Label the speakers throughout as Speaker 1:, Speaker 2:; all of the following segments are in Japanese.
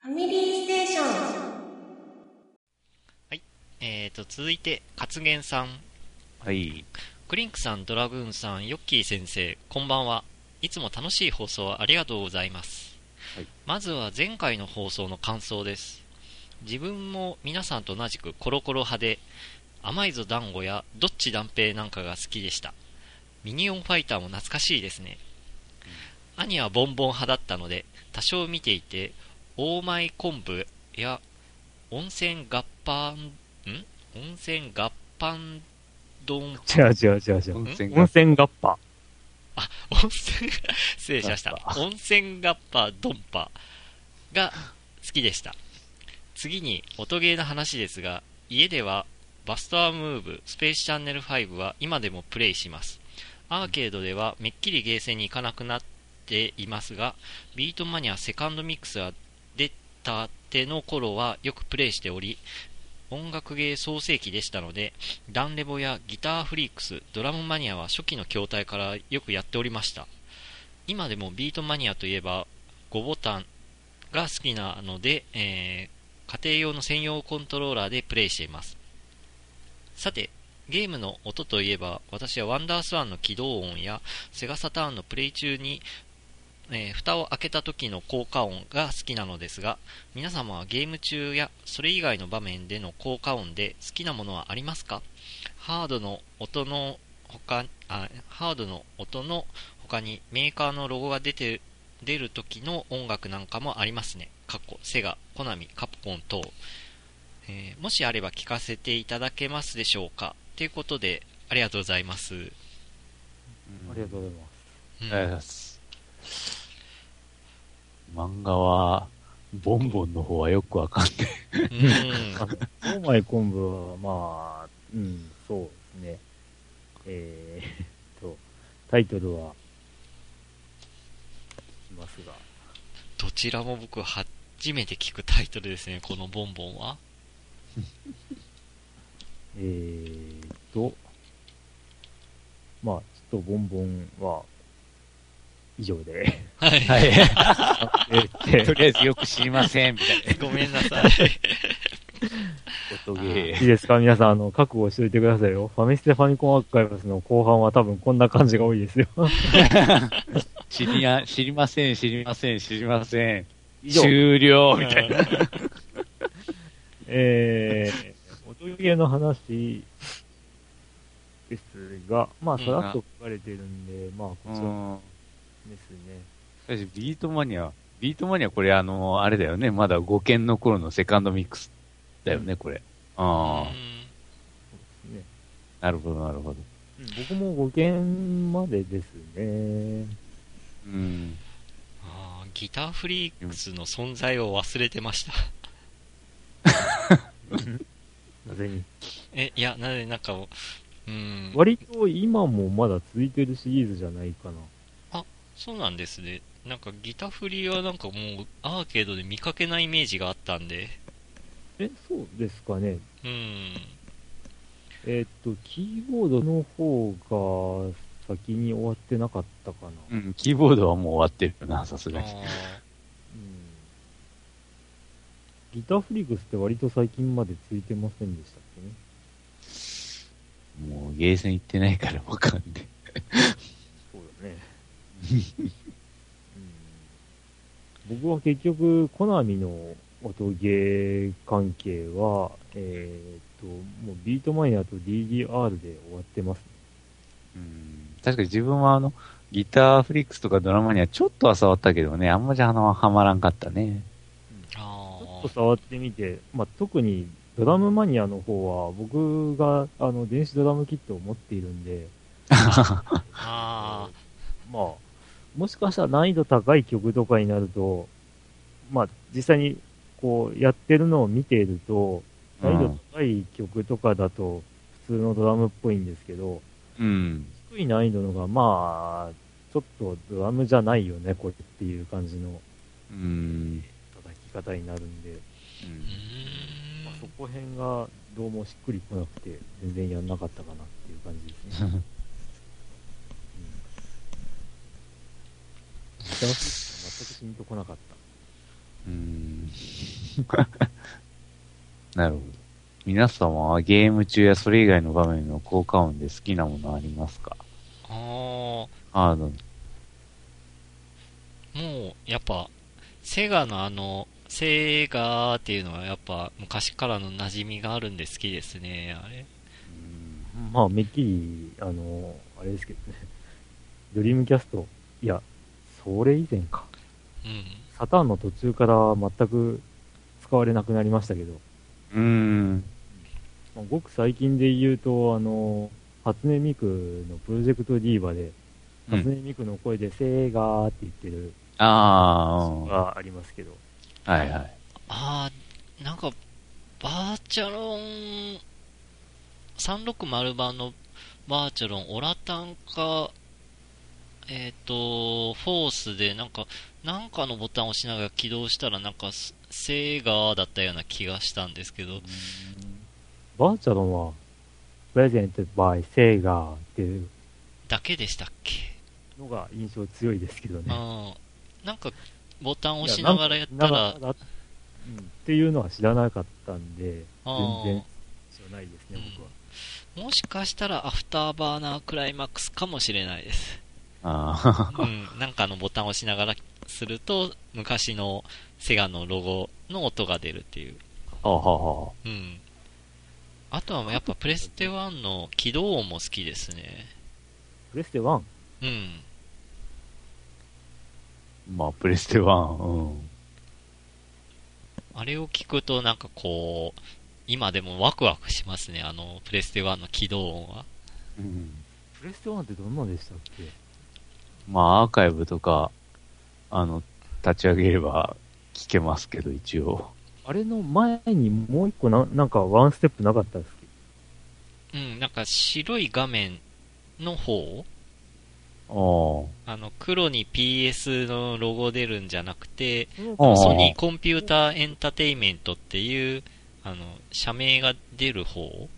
Speaker 1: ファミリーステーション。
Speaker 2: えー、と続いて勝元さん
Speaker 3: はい。
Speaker 2: クリンクさんドラグーンさんヨッキー先生こんばんはいつも楽しい放送ありがとうございます、
Speaker 3: はい
Speaker 2: まずは前回の放送の感想です自分も皆さんと同じくコロコロ派で甘いぞ団子やどっち断平なんかが好きでしたミニオンファイターも懐かしいですね、兄はボンボン派だったので多少見ていてオーマイ昆布や温泉合飯ん温泉合飯丼
Speaker 4: 違う違う違う違う。
Speaker 3: 温泉
Speaker 4: 温泉ガッパ。
Speaker 2: 温泉、失礼しました。温泉ガッパドンパが好きでした。次に、音ゲーの話ですが、家ではバスタームーブ、スペースチャンネル5は今でもプレイします。アーケードではめっきりゲーセンに行かなくなっていますが、ビートマニアセカンドミックスが出たての頃はよくプレイしており、音楽芸創世期でしたので、ダンレボやギターフリークス、ドラムマニアは初期の筐体からよくやっておりました。今でもビートマニアといえば5ボタンが好きなので、えー家庭用の専用コントローラーでプレイしています。さて、ゲームの音といえば、私はワンダースワンの起動音やセガサターンのプレイ中に、えー蓋を開けた時の効果音が好きなのですが、皆様はゲーム中やそれ以外の場面での効果音で好きなものはありますかハードの音の他あハードの音の他にメーカーのロゴが出て出る時の音楽なんかもありますね。かっこセガ、コナミ、カプコン等、えーもしあれば聞かせていただけますでしょうかということでありがとうございます。うん
Speaker 4: ありがとうございます。
Speaker 3: ありがとうございます。漫画は、ボンボンの方はよくわかんない。
Speaker 2: うん
Speaker 4: オーマイ昆布は、まあ、うん、そうですね。えー、と、タイトルは、いますが。
Speaker 2: どちらも僕初めて聞くタイトルですね、このボンボンは。
Speaker 4: えーと、まあ、ちょっとボンボンは、以上で。
Speaker 2: はい。
Speaker 3: はい。
Speaker 4: えー
Speaker 3: と
Speaker 4: って、
Speaker 3: りあえずよく知りません、みたい
Speaker 2: ごめんなさい。
Speaker 3: な。音ゲ
Speaker 4: いいですか皆さん、あの、覚悟しておいてくださいよ。ファミステファミコンアーカイブスの後半は多分こんな感じが多いです よ。
Speaker 3: ー。知りや、 知りません、知りません、知りません。
Speaker 4: 以上。
Speaker 3: 終了、 みたいな。
Speaker 4: えー、音ゲーの話ですが、まあ、さらっと書かれてるんで、まあ、こ
Speaker 3: う
Speaker 4: ちら
Speaker 3: ん。
Speaker 4: ですね。
Speaker 3: しかし、ビートマニア、ビートマニアこれあの、あれだよね。まだ5件の頃のセカンドミックスだよね、これ。ああ、
Speaker 4: ね
Speaker 3: なるほど、なるほど。
Speaker 4: うん僕も5件までですね。
Speaker 3: うん。
Speaker 2: あーギターフリークスの存在を忘れてました。
Speaker 4: なぜに。
Speaker 2: え、いや、なので、なんか、うん。
Speaker 4: 割と今もまだ続いてるシリーズじゃないかな。
Speaker 2: そうなんですね。なんかギターフリーはなんかもうアーケードで見かけないイメージがあったんで。
Speaker 4: え、そうですかね。
Speaker 2: うん。
Speaker 4: えーっと、キーボードの方が先に終わってなかったかな。
Speaker 3: う
Speaker 4: うん
Speaker 3: ん、キーボードはもう終わってるよな、さす
Speaker 2: あ
Speaker 3: がに。
Speaker 4: ギターフリークスって割と最近までついてませんでしたっけね。
Speaker 3: もうゲーセン行ってないからわかんない。
Speaker 4: そうだね。うん僕は結局、コナミの音ゲー関係は、えーっと、もうビートマニアと DDR で終わってますね。
Speaker 3: うん確かに自分はあの、ギターフリックスとかドラマにはちょっとは触ったけどね、あんまりあの、はまらんかったね。
Speaker 2: あ
Speaker 4: ちょっ
Speaker 2: ー
Speaker 4: と。触ってみて、まあ、特にドラムマニアの方は、僕があの電子ドラムキットを持っているんで、
Speaker 2: あ
Speaker 4: まあ、もしかしたら難易度高い曲とかになると、まあ、実際にこうやってるのを見ていると、
Speaker 3: う
Speaker 4: 難易度
Speaker 3: ん。
Speaker 4: 高い曲とかだと、普通のドラムっぽいんですけど、
Speaker 3: うん。
Speaker 4: 低い難易度のが、まあ、ちょっとドラムじゃないよね、これっていう感じの
Speaker 3: うん。
Speaker 4: 叩き方になるんで、
Speaker 2: ー。うーん
Speaker 4: まあ、そこ辺がどうもしっくりこなくて、全然やんなかったかなっていう感じです ね。うん、ギターフリックスは全くピンとこなかった。
Speaker 3: うん。 なるほど。皆様はゲーム中やそれ以外の場面の効果音で好きなものありますか
Speaker 2: ああ、も
Speaker 3: ハードに。
Speaker 2: う、やっぱ、セガのあの、セガっていうのはやっぱ昔からの馴染みがあるんで好きですね、あれ。
Speaker 4: まあ、めっきり、あの、あれですけどね。ドリームキャスト、いや、それ以前か。
Speaker 2: うん。
Speaker 4: サターンの途中から全く使われなくなりましたけど、
Speaker 3: うーん。
Speaker 4: まあごく最近で言うと、あの、初音ミクのプロジェクトディーバで、
Speaker 3: う
Speaker 4: 初
Speaker 3: ん、
Speaker 4: 音ミクの声で、セーガーって言ってるの
Speaker 3: あ
Speaker 4: がありますけど、
Speaker 3: あ、はいはい。
Speaker 2: ああ、なんか、バーチャロン、360版のバーチャロン、オラタンか、えっ、と、フォースで、なんか、なんかのボタンを押しながら起動したら、なんか、セセガだったような気がしたんですけど、
Speaker 4: バーチャロンは、プレゼントバイセーガーっていう
Speaker 2: だけでしたっけ
Speaker 4: のが印象強いですけどね。
Speaker 2: あーなんか、ボタンを押しながらやった
Speaker 4: い
Speaker 2: ら
Speaker 4: なん、かうんっていうのは知らなかったんで、
Speaker 2: あ
Speaker 4: 全
Speaker 2: ー
Speaker 4: 然知らないですね、僕は。
Speaker 2: もしかしたらアフターバーナークライマックスかもしれないです。
Speaker 3: あ
Speaker 2: うん、なんかのボタンを押しながらすると、昔のセガのロゴの音が出るっていう。
Speaker 3: あ、ははは
Speaker 2: うん。あとはやっぱプレステ1の起動音も好きですね。
Speaker 4: プレステ 1?
Speaker 2: うん。
Speaker 3: まあ、プレステ1、うん。
Speaker 2: あれを聞くとなんかこう、今でもワクワクしますね、あのプレステ1の起動音は。
Speaker 3: うん。
Speaker 4: プレステ1ってどんなでしたっけ
Speaker 3: まあ、アーカイブとか、あの、立ち上げれば聞けますけど、一応。
Speaker 4: あれの前にもう一個な、なんかワンステップなかったですけ
Speaker 2: うん、なんか白い画面の方
Speaker 3: お
Speaker 2: あの、黒に PS のロゴ出るんじゃなくて、
Speaker 3: あー
Speaker 2: ソニーコンピューターエンタテイメントっていう、あの、社名が出る方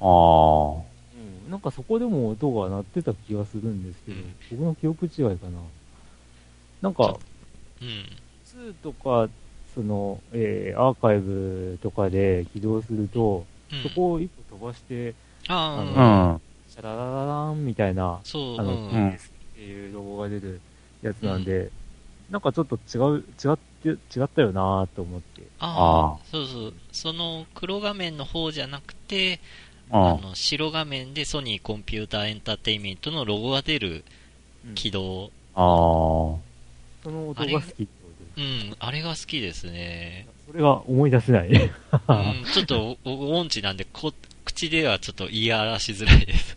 Speaker 3: ああ。
Speaker 4: うんなんかそこでも音が鳴ってた気がするんですけど、僕の記憶違いかな。なんか、
Speaker 2: うん。
Speaker 4: 2とか、その、えーアーカイブとかで起動すると、
Speaker 2: うん
Speaker 4: そこを一歩飛ばして、
Speaker 2: あ
Speaker 4: あ
Speaker 3: う
Speaker 2: あ、
Speaker 3: ん。
Speaker 4: シャラララランみたいな、
Speaker 2: そう、
Speaker 4: あ
Speaker 2: う
Speaker 4: の
Speaker 2: ん。
Speaker 3: うん。
Speaker 4: っていうロゴが出るやつなんで、なんかちょっと違う、違って、違ったよなーと思って。
Speaker 2: あ
Speaker 3: あ
Speaker 2: あ、そうそう。その黒画面の方じゃなくて、あ
Speaker 3: あ
Speaker 2: の、白画面でソニーコンピューターエンターテイメントのロゴが出る起動。
Speaker 3: あ。あ
Speaker 4: その音が好きってことで
Speaker 2: うん、あれが好きです ね。
Speaker 4: す。それが思い出せない。
Speaker 2: う
Speaker 4: あ
Speaker 2: ん、ちょっとお、お音痴なんで、こ、口ではちょっと言い表しづらいです。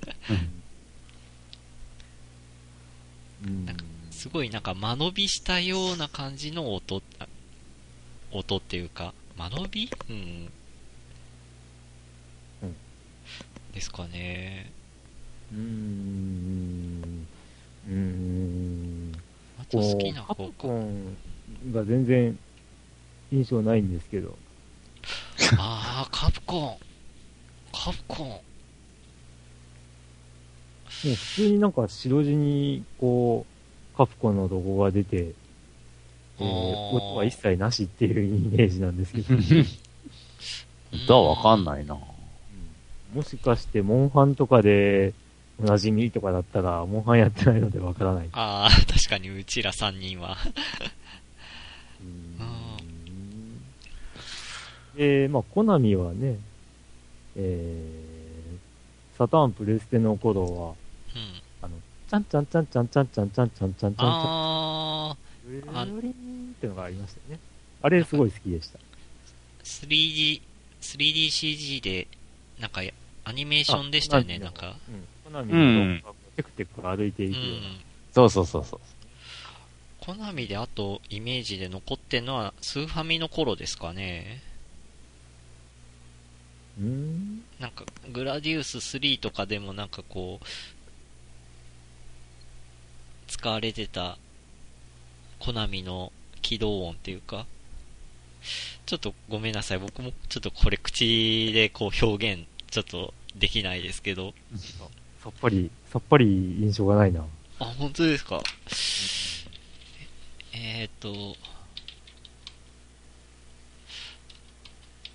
Speaker 4: うん
Speaker 2: すごいなんか間延びしたような感じの音、あ音っていうか、間延びうん。
Speaker 4: うん
Speaker 2: ですかね。
Speaker 4: うーん。うーん。
Speaker 2: あと
Speaker 4: こ
Speaker 2: 好き
Speaker 4: う、
Speaker 2: な
Speaker 4: カ
Speaker 2: 方
Speaker 4: プ
Speaker 2: 向
Speaker 4: コンが全然印象ないんですけど、
Speaker 2: ああ、カプコン。カプコン。
Speaker 4: もう普通になんか白地に、こう、カプコンのロゴが出て、えー
Speaker 2: おー
Speaker 4: 音は一切なしっていうイメージなんですけど、
Speaker 3: あ。だ、わかんないな。
Speaker 4: もしかして、モンハンとかで、おなじみとかだったら、モンハンやってないのでわからない。
Speaker 2: ああ、確かにうちら3人は。あ
Speaker 4: で、まあ、コナミはね、えー、サターンプレステの頃
Speaker 2: うん。
Speaker 4: は、ちゃんちゃんちゃんちゃんちゃんちゃんちゃんちゃんちゃんちゃんちゃん、
Speaker 2: ああ、
Speaker 4: ブル
Speaker 2: あ
Speaker 4: ーリンってのがありましたよね。あれすごい好きでした。
Speaker 2: 3D、3DCG で、なんかや、アニメーションでしたよね、
Speaker 4: あ
Speaker 2: なんか。
Speaker 4: コナミの動画がテクテク歩いて
Speaker 2: う。
Speaker 4: いくようなん
Speaker 3: そうそうそうそう。
Speaker 2: コナミであと、イメージで残ってんのは、スーファミの頃ですかね。。
Speaker 4: うーん。
Speaker 2: なんか、グラディウス3とかでもなんかこう、使われてた、コナミの起動音っていうか、ちょっとごめんなさい、僕もちょっとこれ口でこう表現、ちょっとできないですけど、
Speaker 4: さっぱり、さっぱり印象がないな。
Speaker 2: あ、本当ですか。えーっと、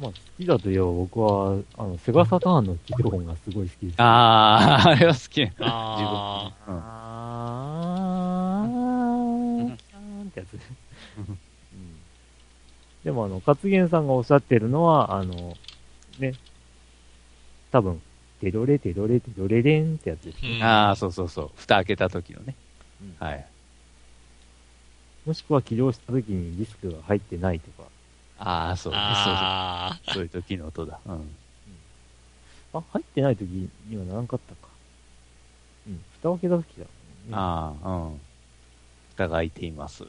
Speaker 4: まあ、好きだといえば僕は、あの、セガサターンのキルホンがすごい好きです。
Speaker 3: あー、あれは好き。
Speaker 2: あ
Speaker 3: うん
Speaker 4: あー、
Speaker 3: うん
Speaker 4: ってやつ。でも、あの、勝元さんがおっしゃってるのは、あの、ね、多分、テロレテロレテロレレンってやつです。
Speaker 2: ー、うん、
Speaker 3: ああ、そうそうそう。蓋開けた時のね。
Speaker 4: はい
Speaker 3: はい。
Speaker 4: もしくは起動した時にリスクが入ってないとか、
Speaker 3: ああ、そうね
Speaker 2: あ
Speaker 3: そうそう。そういう時の音だ。うん。
Speaker 4: あ、入ってない時にはならんかったか。うん、蓋を開けた時だ、うん
Speaker 3: ああ、うん。蓋が開いています。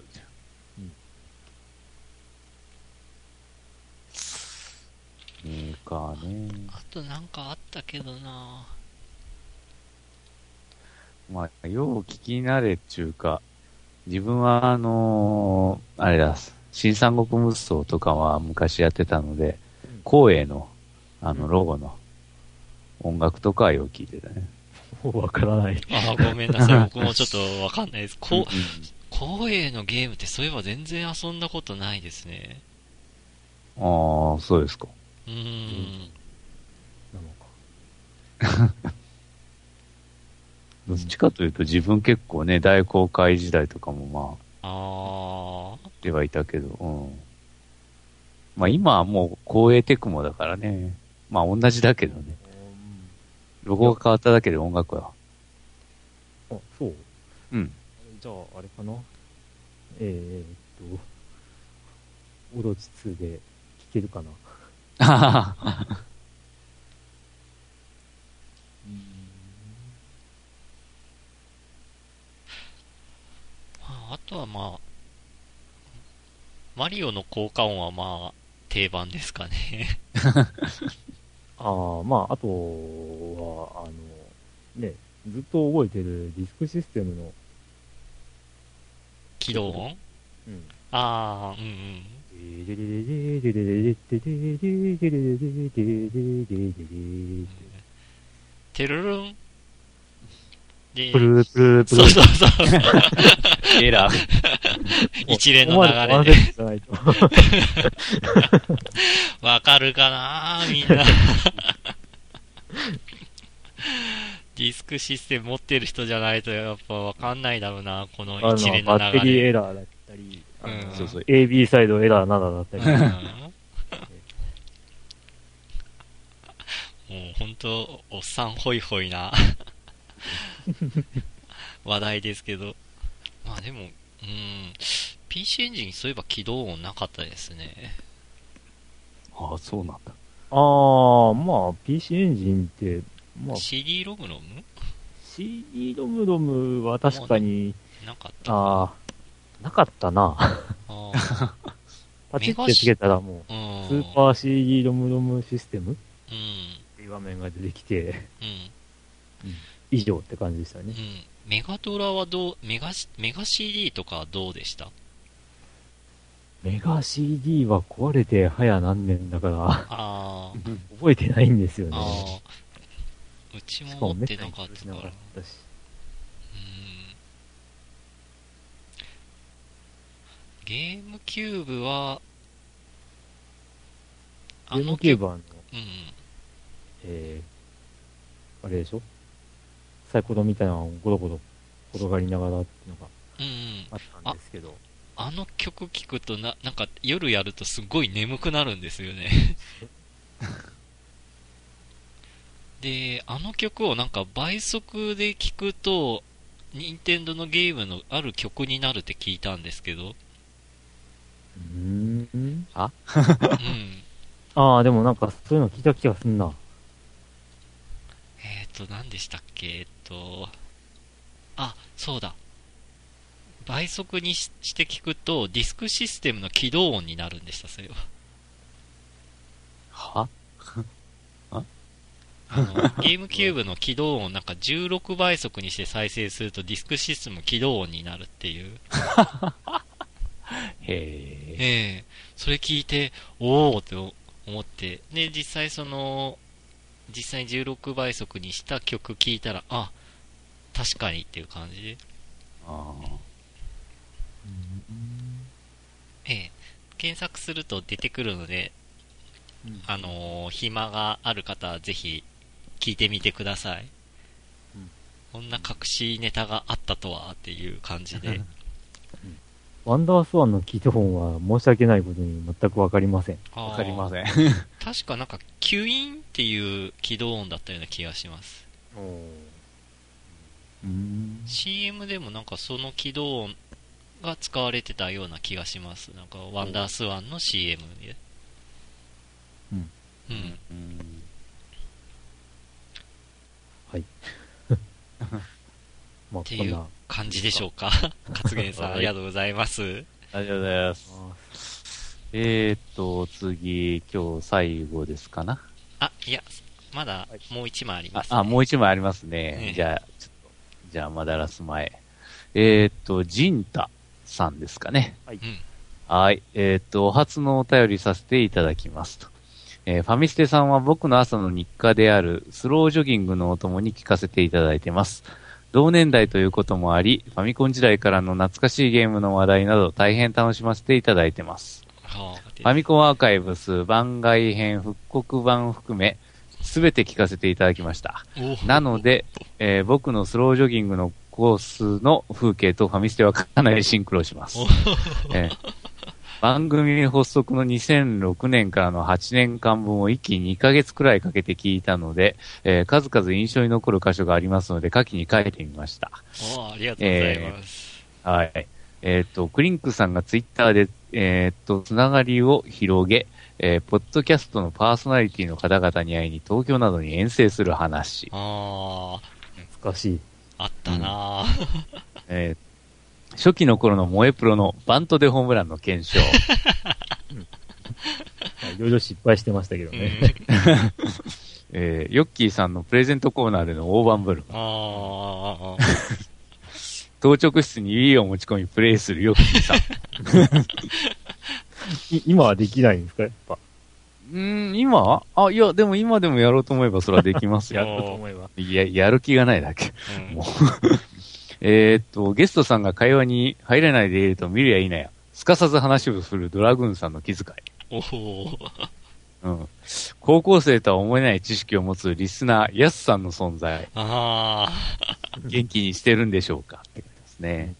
Speaker 3: メーカーね。
Speaker 2: あとなんかあったけどな
Speaker 3: まあ、よう聞き慣れっちゅうか、自分はあのーあれだ、新三国無双とかは昔やってたので、光栄の、あの、ロゴの音楽とかはよう聞いてたね。
Speaker 4: もうわからない。
Speaker 2: あーごめん なさい。僕もちょっとわかんないです。こ
Speaker 3: うん
Speaker 2: う、光栄のゲームってそういえば全然遊んだことないですね。
Speaker 3: ああ、そうですか。
Speaker 2: うーん。
Speaker 4: なのか。
Speaker 3: どっちかというと自分結構ね、大公開時代とかも
Speaker 2: あ
Speaker 3: まあ、
Speaker 2: あ、
Speaker 3: ではいたけど、うん。まあ今はもう光栄テクモだからね。まあ同じだけどね。ロゴが変わっただけで音楽は。
Speaker 4: あ、そう
Speaker 3: うん。
Speaker 4: じゃあ、あれかなえー、っと、オロチ2で聞けるかな
Speaker 3: あはは
Speaker 2: まああとはまあ、マリオの効果音はまあ、定番ですか ね。
Speaker 4: ああ、まあ、あとは、あの、ね、ずっと覚えてるディスクシステムの、
Speaker 2: 起動音
Speaker 4: うん。
Speaker 2: ああ、うんうん。
Speaker 4: デレレレレレレレレレレレレレレレレレレレ
Speaker 2: テルルン。で、
Speaker 3: プルルプルルプル
Speaker 2: そうそうそう。
Speaker 3: エラー。
Speaker 2: 一連の流れで。
Speaker 4: じゃないと。
Speaker 2: わかるかなみんな。 ディスクシステム持ってる人じゃないとやっぱわかんないだろうな、この
Speaker 4: あ
Speaker 2: 一連
Speaker 4: の、
Speaker 2: の
Speaker 4: バッテ
Speaker 2: 流
Speaker 4: リー
Speaker 2: れ。
Speaker 4: エラーだったり、あの
Speaker 2: うん
Speaker 3: そうそう。
Speaker 4: AB サイドエラーなどだったり。
Speaker 2: うん もう本当、おっさんホイホイ な話題ですけど。まあでも、うん、PC エンジンそういえば起動音なかったですね。
Speaker 3: ああ、そうなんだ。
Speaker 4: ああ、まあ、PC エンジンって、まあ、
Speaker 2: CD ロムロム
Speaker 4: CD ロムロムは確かに、
Speaker 2: なかった。
Speaker 4: ああ、なかっ たな。
Speaker 2: あー
Speaker 4: パチってつけたらも
Speaker 2: う
Speaker 4: う、
Speaker 2: ん。
Speaker 4: スーパー CD ロムロムシステムっ
Speaker 2: うん。
Speaker 4: ていう画面が出てきて、
Speaker 2: うん。
Speaker 4: 以上って感じでしたね
Speaker 2: う。ん、メガドラはどうメガシ、メガ CD とかはどうでした
Speaker 4: メガ CD は壊れて早何年だから、
Speaker 2: あー、
Speaker 4: 覚えてないんですよね。
Speaker 2: あー、うち
Speaker 4: しか
Speaker 2: も
Speaker 4: も
Speaker 2: 持っ
Speaker 4: め
Speaker 2: て
Speaker 4: った
Speaker 2: な
Speaker 4: に
Speaker 2: かっ
Speaker 4: したな
Speaker 2: か。
Speaker 4: から
Speaker 2: う
Speaker 4: っ
Speaker 2: ん。
Speaker 4: たし。
Speaker 2: ゲームキューブは、
Speaker 4: ゲームキュー
Speaker 2: ブ
Speaker 4: バーの、
Speaker 2: うん。
Speaker 4: えー、あれでしょサイコロみたいなのをゴロゴロ転がりながらっていうのが
Speaker 2: うんうん、
Speaker 4: あったんですけど、
Speaker 2: あの曲聴くとな、なんか夜やるとすごい眠くなるんですよね。で、あの曲をなんか倍速で聴くと、任天堂のゲームのある曲になるって聞いたんですけど、
Speaker 4: うーん。
Speaker 2: うん。
Speaker 4: ああ、でもなんかそういうの聞いた気がすんな。
Speaker 2: えっ、ー、と、何でしたっけえっと、あ、そうだ。倍速にしして聞くと、ディスクシステムの起動音になるんでした、それは。
Speaker 3: は
Speaker 2: あのゲームキューブの起動音をなんか16倍速にして再生するとディスクシステム起動音になるっていう。
Speaker 3: へえ。
Speaker 2: ええそれ聞いて、おおって思って。で、実際その、実際に16倍速にした曲聞いたら、あ、確かにっていう感じで。
Speaker 3: あ
Speaker 2: ええ検索すると出てくるので、
Speaker 4: うん
Speaker 2: あのー暇がある方はぜひ聞いてみてください、
Speaker 4: うん
Speaker 2: こんな隠しネタがあったとはっていう感じで
Speaker 4: ワンダースワンの基本は申し訳ないことに全くわかりません。
Speaker 2: あー
Speaker 3: わかりません。
Speaker 2: 確かなんかキュインっていう起動音だったような気がします
Speaker 3: うん。
Speaker 2: CM でもなんかその起動音が使われてたような気がしますなんかワンダースワンの CM で
Speaker 4: うん
Speaker 2: うん
Speaker 4: まあ、
Speaker 2: て
Speaker 4: こ
Speaker 2: い
Speaker 4: ん
Speaker 2: う
Speaker 4: な。
Speaker 2: 感じでしょうか勝元さんありがとうございます
Speaker 3: ありがとうございます。えーっと、次、今日最後ですかな。
Speaker 2: あいやまだもう一枚あり
Speaker 3: あ
Speaker 2: ます、ね
Speaker 3: あ、もう一枚あります
Speaker 2: え
Speaker 3: ね
Speaker 2: え。
Speaker 3: じゃあ、ちょっと、じゃあ、まだラス前。えーっと、ジンタさんですかね。
Speaker 2: うん
Speaker 3: はい。えーっと、お初のお便りさせていただきますと。えーファミステさんは僕の朝の日課であるスロージョギングのお供に聞かせていただいてます。同年代ということもあり、ファミコン時代からの懐かしいゲームの話題など大変楽しませていただいてます。
Speaker 2: はあで
Speaker 3: ファミコンアーカイブス番外編復刻版を含め、すべて聞かせていただきました。
Speaker 2: お
Speaker 3: なので、えー僕のスロージョギングのコースの風景とファミステはかなりシンクロします
Speaker 2: お。
Speaker 3: えー番組発足の2006年からの8年間分を一気に2ヶ月くらいかけて聞いたので、えー数々印象に残る箇所がありますので、下記に書いてみました。
Speaker 2: おありがとうございます、
Speaker 3: はい。えっ、と、クリンクさんがツイッターで、えっ、と、つながりを広げ、えーポッドキャストのパーソナリティの方々に会いに東京などに遠征する話。
Speaker 2: あ
Speaker 4: 懐かしい。
Speaker 2: ああったなあ、
Speaker 3: えー初期の頃の萌えプロのバントでホームランの検 証。
Speaker 4: いろいろ失敗してましたけど
Speaker 2: う
Speaker 4: ね。
Speaker 2: ん
Speaker 3: えーヨッキーさんのプレゼントコーナーでの大盤振る舞い。
Speaker 2: ああ、
Speaker 3: 当直室に Wii を持ち込みプレイするヨッキーさん。
Speaker 4: い今はできないんですかやっぱ。
Speaker 3: うーん、今あ、いや、でも今でもやろうと思えばそれはでき ます
Speaker 4: や
Speaker 3: よ。
Speaker 4: ろうと思えば。
Speaker 3: いや、やる気がないだけ。
Speaker 2: うん
Speaker 3: もうえーっと、ゲストさんが会話に入れないでいると見るやいなや、すかさず話をするドラグーンさんの気遣い。
Speaker 2: おお、
Speaker 3: うん。高校生とは思えない知識を持つリスナー、ヤスさんの存在、
Speaker 2: あ
Speaker 3: 元気にしてるんでしょうかってことですね。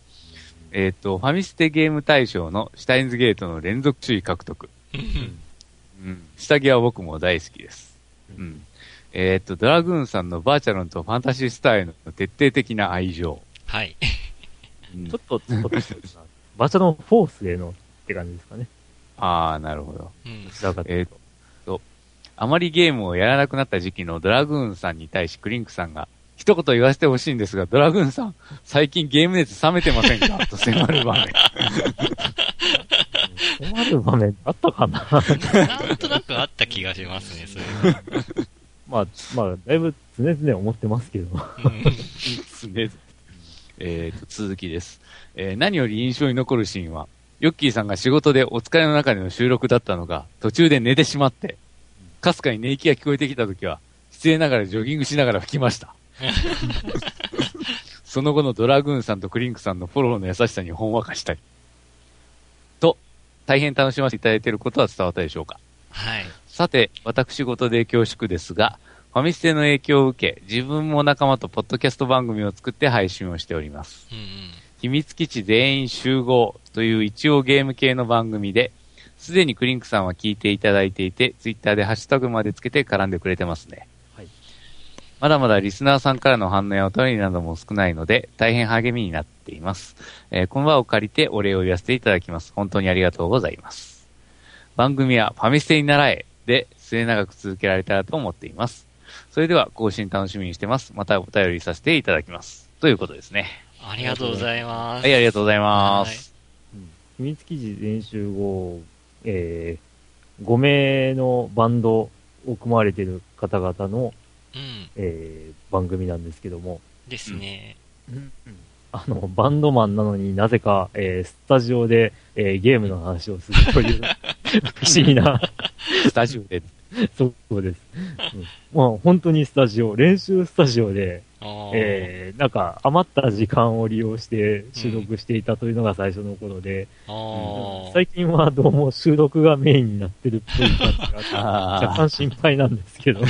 Speaker 3: えーっと、ファミステゲーム大賞のシュタインズゲートの連続注意獲得。
Speaker 2: あ、
Speaker 3: うん。下着は僕も大好きです。うん。えーっと、ドラグーンさんのバーチャルンとファンタシースターへの徹底的な愛情。
Speaker 2: はい。
Speaker 3: うん
Speaker 4: ちょっと、ちょっと、バーチャルのフォースへのって感じですかね。
Speaker 3: あー、なるほど。
Speaker 2: うん
Speaker 4: どちらかというと。
Speaker 3: あまりゲームをやらなくなった時期のドラグーンさんに対しクリンクさんが、一言言わせてほしいんですが、ドラグーンさん、最近ゲーム熱冷めてませんかと迫る場面。
Speaker 4: 困る場面あったかな
Speaker 2: なんとなくあった気がします ね、それは。
Speaker 4: まあ、まあ、だいぶ常々思ってますけど。
Speaker 2: うん
Speaker 3: えーと、続きです。えー何より印象に残るシーンは、ヨッキーさんが仕事でお疲れの中での収録だったのが、途中で寝てしまって、かすかに寝息が聞こえてきた時は、失礼ながらジョギングしながら吹きました。その後のドラグーンさんとクリンクさんのフォローの優しさにほんわかしたり。と、大変楽しませていただいていることは伝わったでしょうか。
Speaker 2: はい。
Speaker 3: さて、私事で恐縮ですが、ファミステの影響を受け、自分も仲間とポッドキャスト番組を作って配信をしております。
Speaker 2: うんうん。
Speaker 3: 秘密基地全員集合という一応ゲーム系の番組で、すでにクリンクさんは聞いていただいていて、ツイッターでハッシュタグまでつけて絡んでくれてますね。
Speaker 4: はい
Speaker 3: まだまだリスナーさんからの反応やお便りなども少ないので、大変励みになっています。えーこの場を借りてお礼を言わせていただきます。本当にありがとうございます。番組はファミステに習えで末永く続けられたらと思っています。それでは更新楽しみにしてます。またお便りさせていただきます。ということですね。
Speaker 2: ありがとうございます。
Speaker 3: はい、ありがとうございます。
Speaker 4: 秘密基地練習後、えー、5名のバンドを組まれてる方々の、
Speaker 2: うん。
Speaker 4: えー、番組なんですけども、
Speaker 2: ですね。
Speaker 4: あの、バンドマンなのになぜか、えー、スタジオで、えー、ゲームの話をするという、不思議な、
Speaker 3: スタジオで。
Speaker 4: そうです。うんまあ、本当にスタジオ、練習スタジオで、
Speaker 2: ああ、
Speaker 4: えーなんか余った時間を利用して収録していたというのが最初の頃で、
Speaker 2: ああ、
Speaker 4: 最近はどうも収録がメインになってるっぽい感じがあって、
Speaker 3: あー
Speaker 4: 若干心配なんです けど、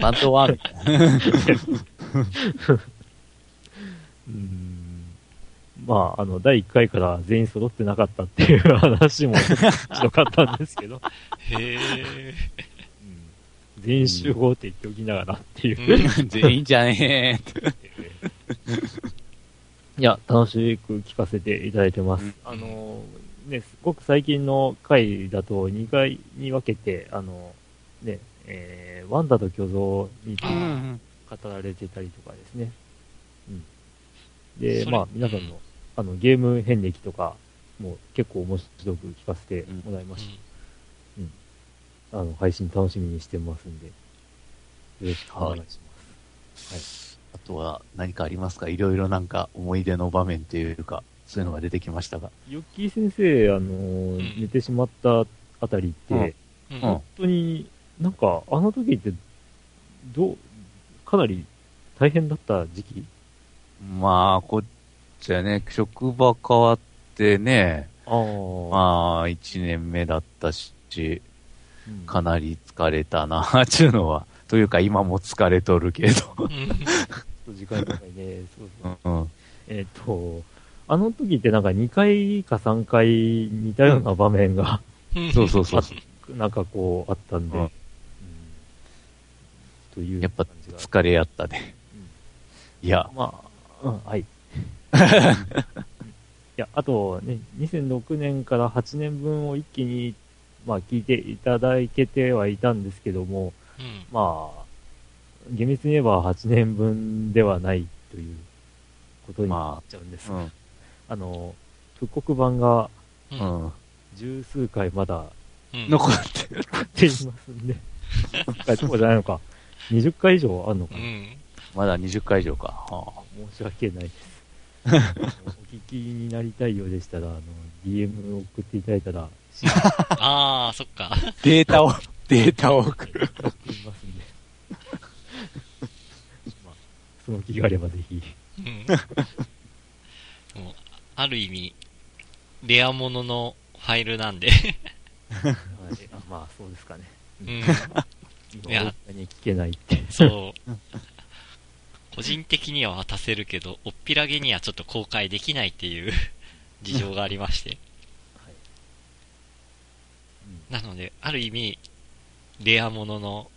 Speaker 3: バンドワン。
Speaker 4: うんまあ、あの、第1回から全員揃ってなかったっていう話もひどかったんで すけど、
Speaker 2: へえ。
Speaker 4: うん全員集合って言っておきながらっていうう。
Speaker 2: ん
Speaker 3: 全員じゃねえ。
Speaker 4: いや、楽しく聞かせていただいてます。
Speaker 3: うん
Speaker 4: あの、ね、すごく最近の回だと2回に分けて、あの、ね、えーワンダと巨像について
Speaker 3: うん
Speaker 4: 語られてたりとかですね。うん。
Speaker 2: そ
Speaker 4: で、
Speaker 2: れ
Speaker 4: まあ、皆さんの、あの、ゲーム遍歴とか、も結構面白く聞かせてもらいました。あの、配信楽しみにしてますんで、よろしくお願いします。
Speaker 3: あとは何かありますかいろいろなんか思い出の場面っていうか、そういうのが出てきましたが。
Speaker 4: ヨッキー先生、あの
Speaker 2: ん
Speaker 4: 寝てしまったあたりって、
Speaker 3: う
Speaker 2: う
Speaker 3: ん
Speaker 2: ん
Speaker 3: うん
Speaker 4: 本当に、なんか、あの時って、どう、かなり大変だった時期
Speaker 3: まあ、こっちはね、職場変わってね、
Speaker 4: ああ、
Speaker 3: まあ、一年目だったし、
Speaker 4: うん
Speaker 3: かなり疲れたな、っていうのは。というか、今も疲れとるけど。
Speaker 4: ちょっと時間がね、そうそう。
Speaker 3: うん。
Speaker 4: えっ、と、あの時ってなんか2回か3回似たような場面が、
Speaker 2: うん
Speaker 3: そうそうそう。
Speaker 4: なんかこうあったんで、
Speaker 3: うん
Speaker 4: うんという
Speaker 3: やっぱ
Speaker 4: 感じが
Speaker 3: 疲れやったね。いや、
Speaker 4: まあ、う ん、はい。いや、あとね、2006年から8年分を一気に、まあ、聞いていただけてはいたんですけども、
Speaker 2: うん
Speaker 4: まあ、厳密に言えば8年分ではないということになっちゃうんです。
Speaker 3: う
Speaker 4: あ、
Speaker 3: ん。
Speaker 4: の、復刻版が
Speaker 2: う
Speaker 3: うんん。
Speaker 4: 十数回まだ
Speaker 2: うん
Speaker 3: 残ってる。
Speaker 4: 出ていますんで、10回とかじゃないのか、20回以上あるのか
Speaker 2: う
Speaker 4: な、
Speaker 2: ん
Speaker 3: まだ20回以上か。はあ
Speaker 4: 申し訳ないです。お聞きになりたいようでしたら、あの、DM を送っていただいたら、知って
Speaker 2: ああ、そっか。
Speaker 3: データを、データを送る。
Speaker 4: いますんで。まあ、その気があればぜひ。
Speaker 2: うんもうある意味、レアもののファイルなんで、
Speaker 4: はいあまあ、そうですかね。
Speaker 2: うんい
Speaker 4: 今、
Speaker 2: や
Speaker 4: 大阪に聞けないって。
Speaker 2: そう。 個人的には渡せるけど、おっぴらげにはちょっと公開できないっていう 事情がありまして。
Speaker 4: はい
Speaker 2: なので、ある意味、レアものの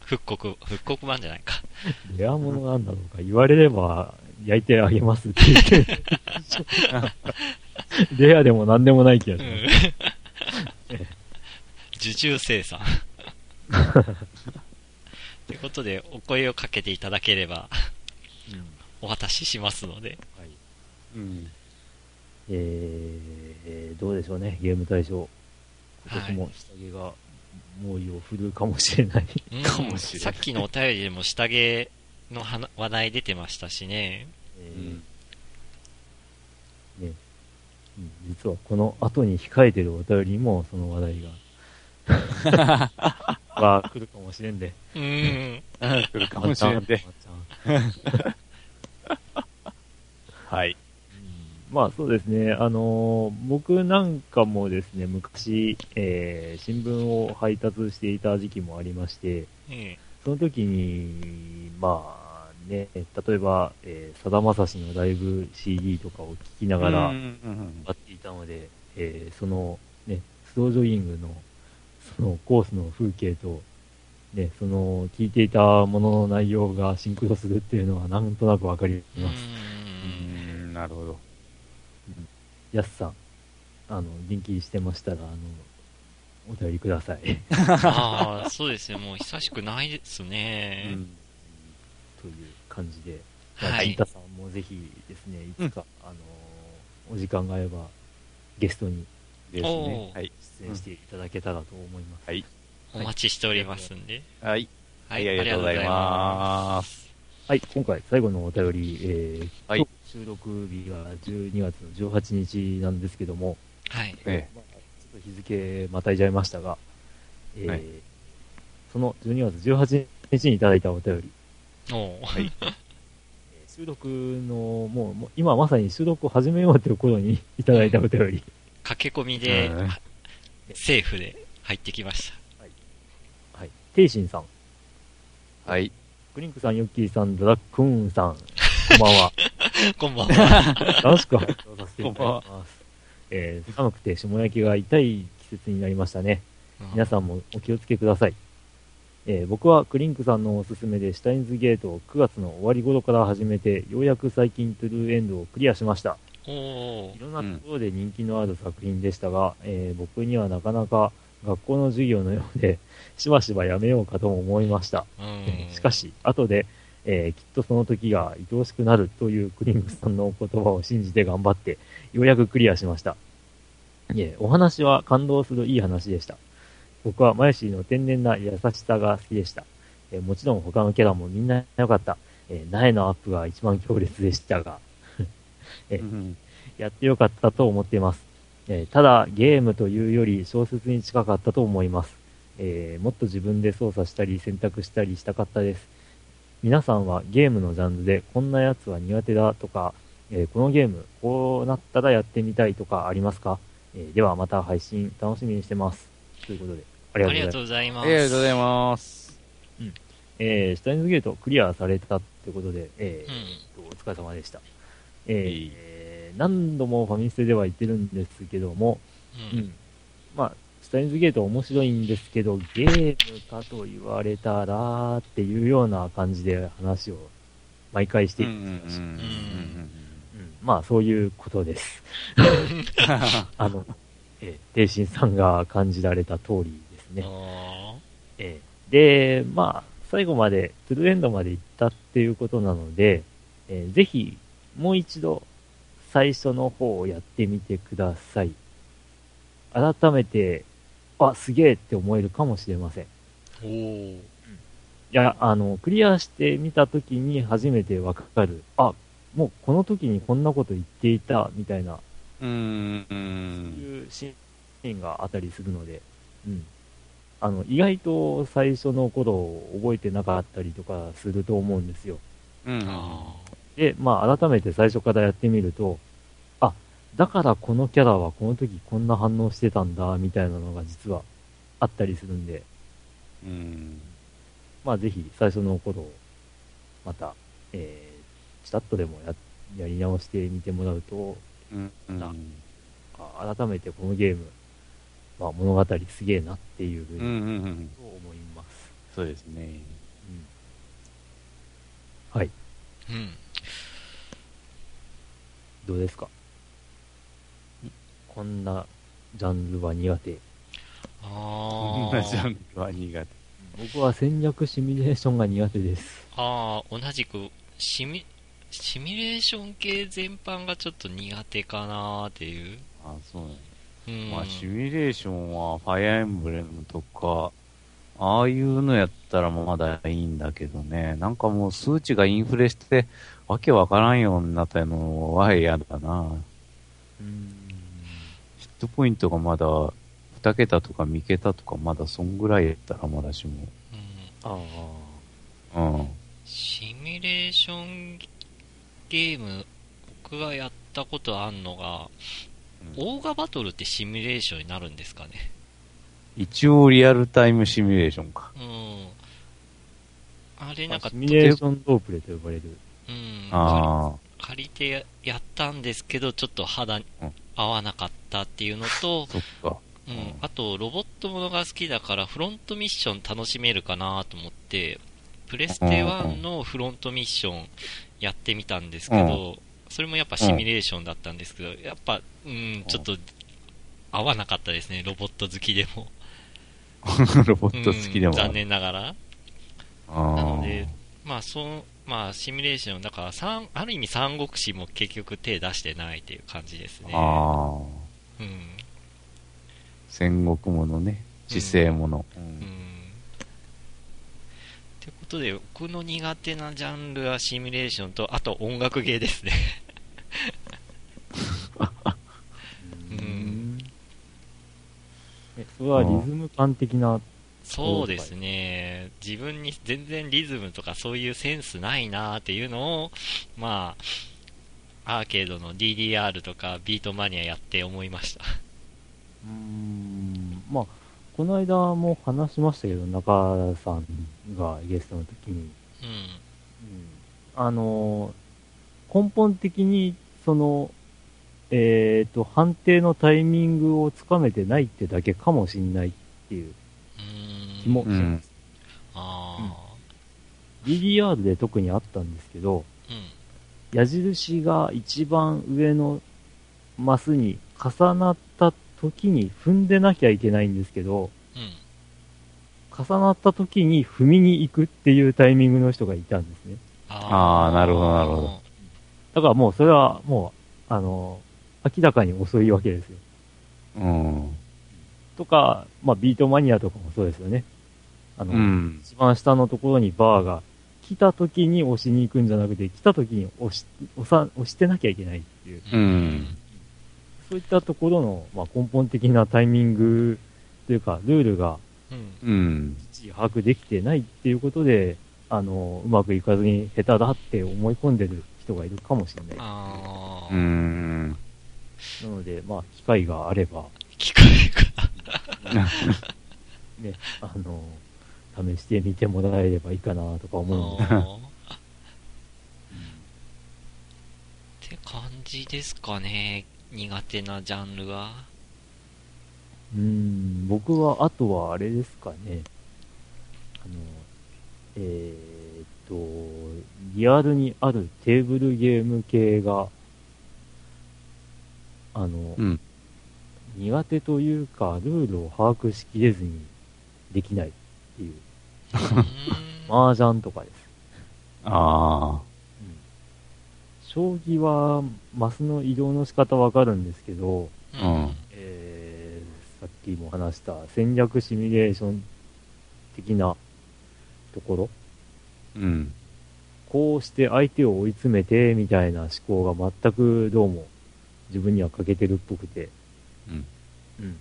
Speaker 2: 復刻、復刻版じゃないか。
Speaker 4: レアものなんだろうか、言われれば、焼いてあげますって言 って。レアでも何でもない気が
Speaker 2: う
Speaker 4: しま
Speaker 2: ん受注生産。ということで、お声をかけていただければ、
Speaker 4: す。うん
Speaker 2: お渡ししますので。
Speaker 4: はい
Speaker 3: うん。
Speaker 4: えー、どうでしょうね、ゲーム大賞。今年も下着が猛威を振るうかもしれない。
Speaker 2: うん
Speaker 3: かもしれな
Speaker 2: さ
Speaker 3: い
Speaker 2: っきのお便りでも下着の話話題出てましたしね。
Speaker 4: え
Speaker 3: う
Speaker 4: ー
Speaker 3: ん
Speaker 4: ねうん実はこの後に控えてるお便りにもその話 題が、が来るかもしれんで。
Speaker 2: うん。
Speaker 3: 来るかもしれんで。
Speaker 4: またまた
Speaker 3: はい。
Speaker 4: まあそうですね、あのー僕なんかもですね、昔、えー新聞を配達していた時期もありまして、
Speaker 2: うん。
Speaker 4: その時に、まあね、例えば、えーさだまさしのライブ CD とかを聴きながら、
Speaker 3: う
Speaker 4: 買
Speaker 3: んうん
Speaker 4: っていたので、えーその、ね、スロージョギングの、そのコースの風景と、ね、その、聴いていたものの内容がシンクロするっていうのはなんとなくわかり
Speaker 2: うん
Speaker 4: ます。
Speaker 3: うんなるほど。
Speaker 4: やすさん、あの、元気してましたら、あの、お便りください。
Speaker 2: ああ、そうですね。もう久しくないですね。
Speaker 4: という感じで、まあ、
Speaker 2: は
Speaker 4: ジン
Speaker 2: い。
Speaker 4: タさんもぜひですね、いつか、あのーお時間があれば、ゲストに
Speaker 3: です
Speaker 2: お
Speaker 3: ね
Speaker 2: ー。
Speaker 3: はい。
Speaker 4: 出演していただけたらと思います。
Speaker 3: はい。
Speaker 2: お待ちしておりますんで。
Speaker 3: はい。
Speaker 2: は
Speaker 3: ありがとうございます。
Speaker 4: はい、今回最後のお便り、えー
Speaker 3: はい
Speaker 4: 今日収録日が12月の18日なんですけども、
Speaker 2: す。はい。
Speaker 3: え
Speaker 4: まあちょっと日付またいじゃいましたが、えー
Speaker 3: はい
Speaker 4: その12月18日にいただいたお便り、
Speaker 2: おう
Speaker 4: はい収録の、もう、もう今まさに収録を始めようという頃にいただいたお便り。
Speaker 2: 駆け込みで、
Speaker 3: うん
Speaker 2: セーフで入ってきました。
Speaker 4: はい。ていしんさん、
Speaker 3: はい。
Speaker 4: クリンクさん、ヨッキーさん、ドラックーンさん、こんばんは。
Speaker 2: こんばんは。
Speaker 4: 楽しく拝聴させていただきます。えー、寒くて霜焼きが痛い季節になりましたね。皆さんもお気をつけください。えー僕はクリンクさんのおすすめでシュタインズゲートを9月の終わり頃から始めて、ようやく最近トゥルーエンドをクリアしました。
Speaker 2: お
Speaker 4: いろんなところで人気のある作品でしたが、えー僕にはなかなか学校の授業のようで、 しばしばやめようかとも思いました。
Speaker 2: ー
Speaker 4: しか
Speaker 2: し、
Speaker 4: し、後で、えーきっとその時が愛おしくなるというクリンクさんのお言葉を信じて頑張って、ようやくクリアしました。いえ、お話は感動するいい話でした。僕はマヨシーの天然な優しさが好きでした。えーもちろん他のキャラもみんな良かった。えー苗のアップが一番強烈でしたが、え
Speaker 3: うん
Speaker 4: やってよかったと思っています。えーただ、ゲームというより小説に近かったと思います。えーもっと自分で操作したり選択したりしたかったです。皆さんはゲームのジャンルでこんなやつは苦手だとか、えーこのゲームこうなったらやってみたいとかありますか、えーではまた配信楽しみにしてます。ということで、ありが
Speaker 2: あ
Speaker 4: とうござ
Speaker 2: り
Speaker 4: い
Speaker 2: が
Speaker 4: ます
Speaker 2: とう。ございま
Speaker 3: あ
Speaker 2: す。
Speaker 3: りがとうございます。
Speaker 4: えー、シュタインズゲートクリアされたってことで、えー
Speaker 2: うん
Speaker 4: えっとお疲れ様でした。えーえー何度もファミステでは言ってるんですけども、
Speaker 2: うん
Speaker 4: まあ、スタインズゲート面白いんですけど、ゲームかと言われたらっていうような感じで話を毎回していく、
Speaker 3: うんうんうん
Speaker 4: うんまあ、そういうことです。あの、 えー、帝心さんが感じられた通りですね。
Speaker 2: あ
Speaker 4: ええで、まあ、最後まで、トゥルーエンドまで行ったっていうことなので、えーぜひ、もう一度、最初の方をやってみてください。改めて、あ、すげえって思えるかもしれません。い
Speaker 2: ーおー
Speaker 4: や、あの、クリアしてみた時に初めてわかる、あ、もうこの時にこんなこと言っていた、みたいな、
Speaker 3: うんう。
Speaker 4: そうんいうシーンがあったりするので、うん。あの、意外と最初の頃を覚えてなかったりとかすると思うんですよ。
Speaker 3: うん
Speaker 2: あ
Speaker 4: で、まあ改めて最初からやってみると、あ、だからこのキャラはこの時こんな反応してたんだ、みたいなのが実はあったりするんで、
Speaker 3: うん
Speaker 4: まあぜひ最初の頃を、また、えー、チラッとでもや、やり直してみてもらうと、
Speaker 3: うんうん
Speaker 4: あ改めてこのゲーム、まあ物語すげえなっていうふ
Speaker 3: う
Speaker 4: う
Speaker 3: ん
Speaker 4: に
Speaker 3: うん
Speaker 4: と思います。
Speaker 3: そうですね。
Speaker 4: はい。
Speaker 2: ーうん。
Speaker 4: どうですかこんなジャンルは苦手。
Speaker 2: あ
Speaker 3: こんな ジャ
Speaker 2: ー
Speaker 3: ンルは苦手。
Speaker 4: 僕は戦略シミュレーションが苦手です。
Speaker 2: あー、同じく、シミ、シミュレーション系全般がちょっと苦手かなーっていう。
Speaker 3: あ、そうね。
Speaker 2: うん。
Speaker 3: まあ、シミュレーションは、ファイアーエンブレムとか、ああいうのやったらまだいいんだけどね。なんかもう数値がインフレして、わけわからんようになったのは嫌だな。
Speaker 4: うん。
Speaker 3: ヒットポイントがまだ、2桁とか3桁とかまだそんぐらいやったらまだしも。
Speaker 2: うん
Speaker 4: ああ。
Speaker 3: うん。
Speaker 2: シミュレーションゲーム、僕がやったことあんのが、
Speaker 3: うん
Speaker 2: オーガバトルってシミュレーションになるんですかね。
Speaker 3: 一応リアルタイムシミュレーションか。
Speaker 2: うん。あれなんか
Speaker 4: シ、ミュレーションロープレと呼ばれる。
Speaker 2: うん。
Speaker 3: あ
Speaker 2: 借りてややったんですけど、ちょっと肌に
Speaker 3: うん
Speaker 2: 合わなかったっていうのと
Speaker 3: あ、、そっか。
Speaker 2: うん
Speaker 3: うん
Speaker 2: あと、ロボットものが好きだから、フロントミッション楽しめるかなと思って、プレステ1のフロントミッションやってみたんですけど、それもやっぱシミュレーションだったんですけど、やっぱ、うん、ちょっと合わなかったですね、ロボット好きでも。
Speaker 3: ロボット好きでも
Speaker 2: うん
Speaker 3: ある。
Speaker 2: 残念ながら。
Speaker 3: あ
Speaker 2: な
Speaker 3: あ
Speaker 2: ので、まあ、そう、まあ、シミュレーション、だから、三、ある意味三国志も結局手出してないっていう感じですね。
Speaker 3: ああ。
Speaker 2: うん。
Speaker 3: 戦国ものね。時勢もの。う
Speaker 2: うん。
Speaker 3: ん
Speaker 2: ってことで、僕の苦手なジャンルはシミュレーションと、あと音楽系ですね。う
Speaker 4: う
Speaker 2: ん。
Speaker 4: え、それはリズム感的な
Speaker 2: そうですね、自分に全然リズムとかそういうセンスないなーっていうのを、まあ、アーケードの DDR とかビートマニアやって思いました。
Speaker 4: うーんまあ、この間も話しましたけど、中さんがゲストの時に、
Speaker 2: うん、
Speaker 4: あのー、根本的に、その、えっ、と、判定のタイミングをつかめてないってだけかもしんないっていう
Speaker 2: う
Speaker 4: 気
Speaker 2: ーん、
Speaker 4: もします。
Speaker 2: あ
Speaker 4: DDR で特にあったんですけど、
Speaker 2: ー、うん、
Speaker 4: 矢印が一番上のマスに重なった時に踏んでなきゃいけないんですけど、
Speaker 2: うん、
Speaker 4: 重なった時に踏みに行くっていうタイミングの人がいたんですね。
Speaker 3: あーなるほどなるほど。
Speaker 4: だからもうそれはもう、あの、明らかに遅いわけですよ。
Speaker 3: うん。
Speaker 4: とか、まあビートマニアとかもそうですよね。あの、
Speaker 3: うん。
Speaker 4: 一番下のところにバーが来た時に押しに行くんじゃなくて、来た時に押し、押さ、押してなきゃいけないっていう。
Speaker 3: うん
Speaker 4: そういったところの、まあ、根本的なタイミングというか、ルールが
Speaker 2: うん、
Speaker 3: うん。
Speaker 4: 一時把握できてないっていうことで、あの、うまくいかずに下手だって思い込んでる人がいるかもしれない。
Speaker 2: あ
Speaker 3: う
Speaker 2: ー、
Speaker 3: ん。
Speaker 4: なので、まあ、機会があれば、
Speaker 2: 機械か。
Speaker 4: ね、あの、試してみてもらえればいいかなとか思うんで
Speaker 2: あーって感じですかね、苦手なジャンルは。
Speaker 4: うーん、僕は、あとはあれですかね。あの、えーっと、リアルにあるテーブルゲーム系が、あの、
Speaker 3: うん
Speaker 4: 苦手というか、ルールを把握しきれずにできないっていう、
Speaker 2: うーん
Speaker 4: 麻雀とかです。
Speaker 3: あ
Speaker 4: 将棋は、マスの移動の仕方わかるんですけど、
Speaker 3: うん
Speaker 4: えーさっきも話した戦略シミュレーション的なところ、
Speaker 3: あ。うん。
Speaker 4: こうして相手を追い詰めてみたいな思考が全くどうも自分には欠けてるっぽくて、
Speaker 3: うん
Speaker 4: うん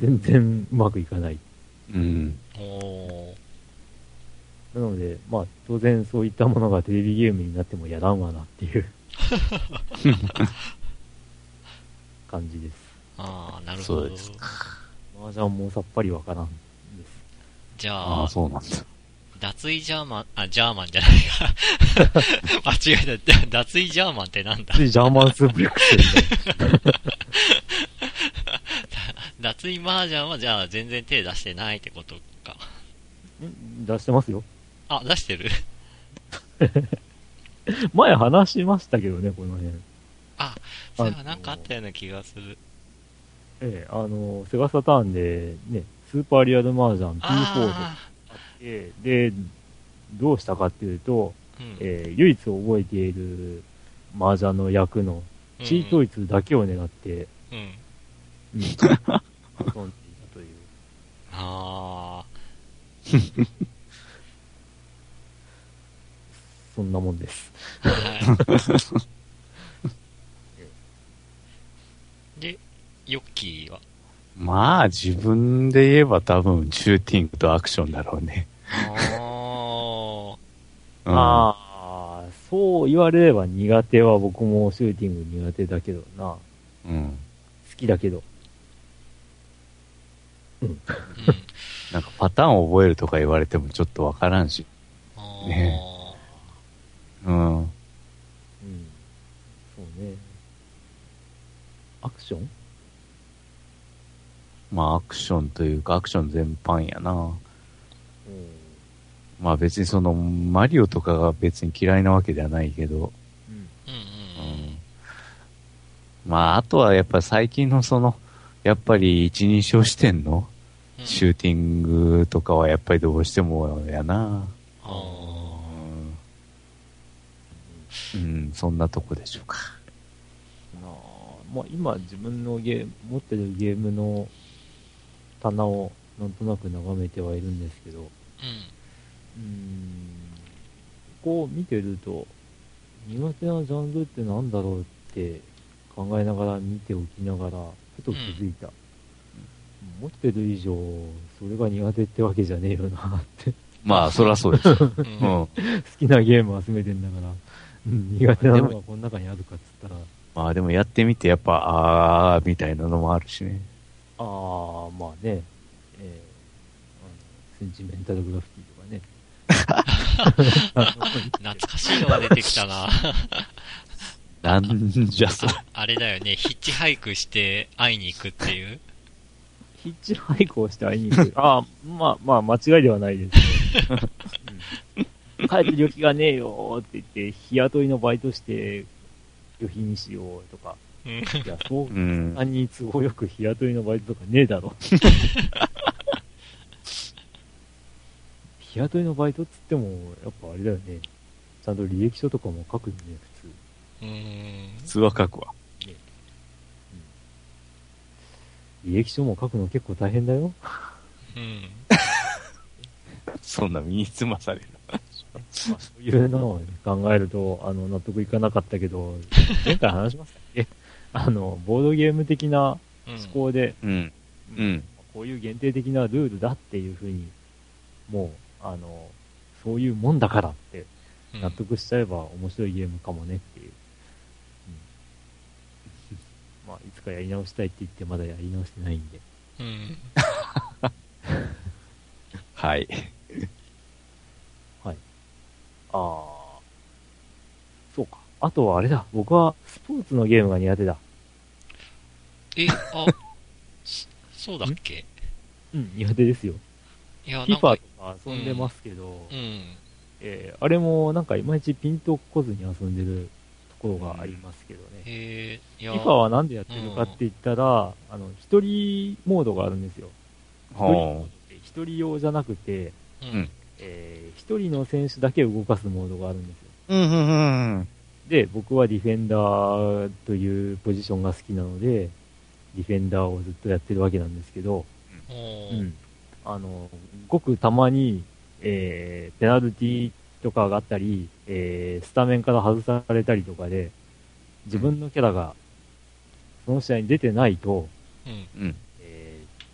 Speaker 4: 全然うまくいかない。
Speaker 3: うん。
Speaker 2: おー
Speaker 4: なので、まあ当然そういったものがテレビゲームになってもやらんわなって いう感じです。
Speaker 2: あーなるほ
Speaker 3: そ
Speaker 2: ど
Speaker 3: うです
Speaker 4: 麻雀もさっぱりわからんです。
Speaker 2: じゃ
Speaker 3: あ
Speaker 2: あ
Speaker 3: あ、そうなんだ。
Speaker 2: 脱衣ジャーマン、あ、ジャーマンじゃないか。 間違えた。脱衣ジャーマンってなんだ
Speaker 4: ついジャーマンスープレックス みたいな
Speaker 2: 脱衣麻雀はじゃあ全然手出してないってことか。
Speaker 4: ん出してますよ。
Speaker 2: あ、出してる
Speaker 4: 前話しましたけどね、この辺。
Speaker 2: あ、それはなんかあったような気がする。
Speaker 4: ええ、あの、セガサターンで、ね、スーパーリアルマージャン P4 とか
Speaker 2: あ
Speaker 4: あって、で、どうしたかっていうと、
Speaker 2: ー、うん
Speaker 4: ええ、唯一覚えているマージャンの役の
Speaker 2: うん
Speaker 4: チート率だけを狙って、
Speaker 2: うん。
Speaker 4: うん、遊んでいた という。
Speaker 2: あ
Speaker 4: そんなもんです。
Speaker 2: ーはい。で、ヨッキーは。
Speaker 3: まあ、自分で言えば多分、シューティングとアクションだろうね。
Speaker 2: あ
Speaker 3: うん、
Speaker 4: ああ、そう言われれば苦手は僕もシューティング苦手だけどな。好
Speaker 3: うん。
Speaker 4: きだけど。
Speaker 2: あ、うん。
Speaker 3: なんかパターンを覚えるとか言われてもちょっとわからんし。
Speaker 2: あー
Speaker 3: ねうん。
Speaker 4: うん。そうね。アクション
Speaker 3: まあ、アクションというか、アクション全般やな。まあ別にその、マリオとかが別に嫌いなわけではないけど。
Speaker 4: う
Speaker 2: う
Speaker 4: ん。
Speaker 2: ん
Speaker 3: うん。まあ、あとはやっぱ最近のその、やっぱり一人称視点の
Speaker 2: うん。
Speaker 3: シューティングとかはやっぱりどうしてもやな。
Speaker 2: あー
Speaker 3: うん、そんなとこでしょうか。
Speaker 4: なあ、まあ今自分のゲーム、持ってるゲームの棚をなんとなく眺めてはいるんですけど、う
Speaker 2: うん。
Speaker 4: ーん、こう見てると、苦手なジャンルってなんだろうって考えながら見ておきながら、ふと気づいた。持ってる以上、それが苦手ってわけじゃねえよなって。
Speaker 3: まあ、そらそうです。
Speaker 2: う
Speaker 3: うんん。
Speaker 4: 好きなゲーム集めてんだから、うん苦手なの
Speaker 3: で
Speaker 4: がこの中にあるかっつったら、
Speaker 3: まあ、でもやってみて、やっぱ、あー、みたいなのもあるしね。
Speaker 4: ああ、まあね、えー、うんセンチメンタルグラフィティとかね。
Speaker 2: 懐かしいのが出てきたな。
Speaker 3: なんじゃそれ。
Speaker 2: ああれだよね、ヒッチハイクして会いに行くっていう。
Speaker 4: ヒッチハイクをして会いに行く。 ああ、まあまあ、間違いではないですね。帰って旅費がねえよって言って、日雇いのバイトして、旅費にしようとか。
Speaker 2: うん
Speaker 4: いや、そう
Speaker 3: う、ん。
Speaker 4: あんに都合よく日雇いのバイトとかねえ だろ。日雇いのバイトっつっても、やっぱあれだよね。ちゃんと履歴書とかも書くんね、普通。
Speaker 2: うーん。
Speaker 3: 普通は書くわ。
Speaker 4: 履歴書も書くの結構大変だよ。
Speaker 2: うん。
Speaker 3: そんな身につまされる。
Speaker 4: まあ、そういうのを考えると、あの、納得いかなかったけど、前回話しましたっ けあの、ボードゲーム的な
Speaker 2: うん
Speaker 4: 思考で、
Speaker 3: うん。うん。
Speaker 4: こういう限定的なルールだっていうふうに、もう、あの、そういうもんだからって
Speaker 2: うん
Speaker 4: 納得しちゃえば面白いゲームかもねっていう。うん、 まあ、いつかやり直したいって言ってまだやり直してないんで。
Speaker 2: うん。
Speaker 3: はい。
Speaker 4: ああ。そうか。あとはあれだ。僕はスポーツのゲームが苦手だ。
Speaker 2: え、あ、そそうだっけ
Speaker 4: うん、苦手ですよ。
Speaker 2: いや、なん
Speaker 4: FIFA と
Speaker 2: か、
Speaker 4: か遊んでますけど、
Speaker 2: うん。
Speaker 4: えーあれもなんかいまいちピンとこずに遊んでるところがありますけどね。
Speaker 2: えー、いや、
Speaker 4: FIFA はなんでやってるかって言ったら、あの、一人モードがあるんですよ。
Speaker 3: ほ
Speaker 4: 一人用じゃなくて、
Speaker 2: う
Speaker 3: うん
Speaker 2: ん。
Speaker 4: えー一人の選手だけ動かすモードがあるんですよ。
Speaker 3: う。うん、うん、うん。
Speaker 4: で、僕はディフェンダーというポジションが好きなので、ディフェンダーをずっとやってるわけなんですけど、
Speaker 2: お
Speaker 4: う
Speaker 2: ー
Speaker 4: ん、あの、ごくたまに、えー、ペナルティとかがあったり、えー、スタメンから外されたりとかで、自分のキャラが、その試合に出てないと、
Speaker 2: うん。
Speaker 3: うん。
Speaker 4: えー、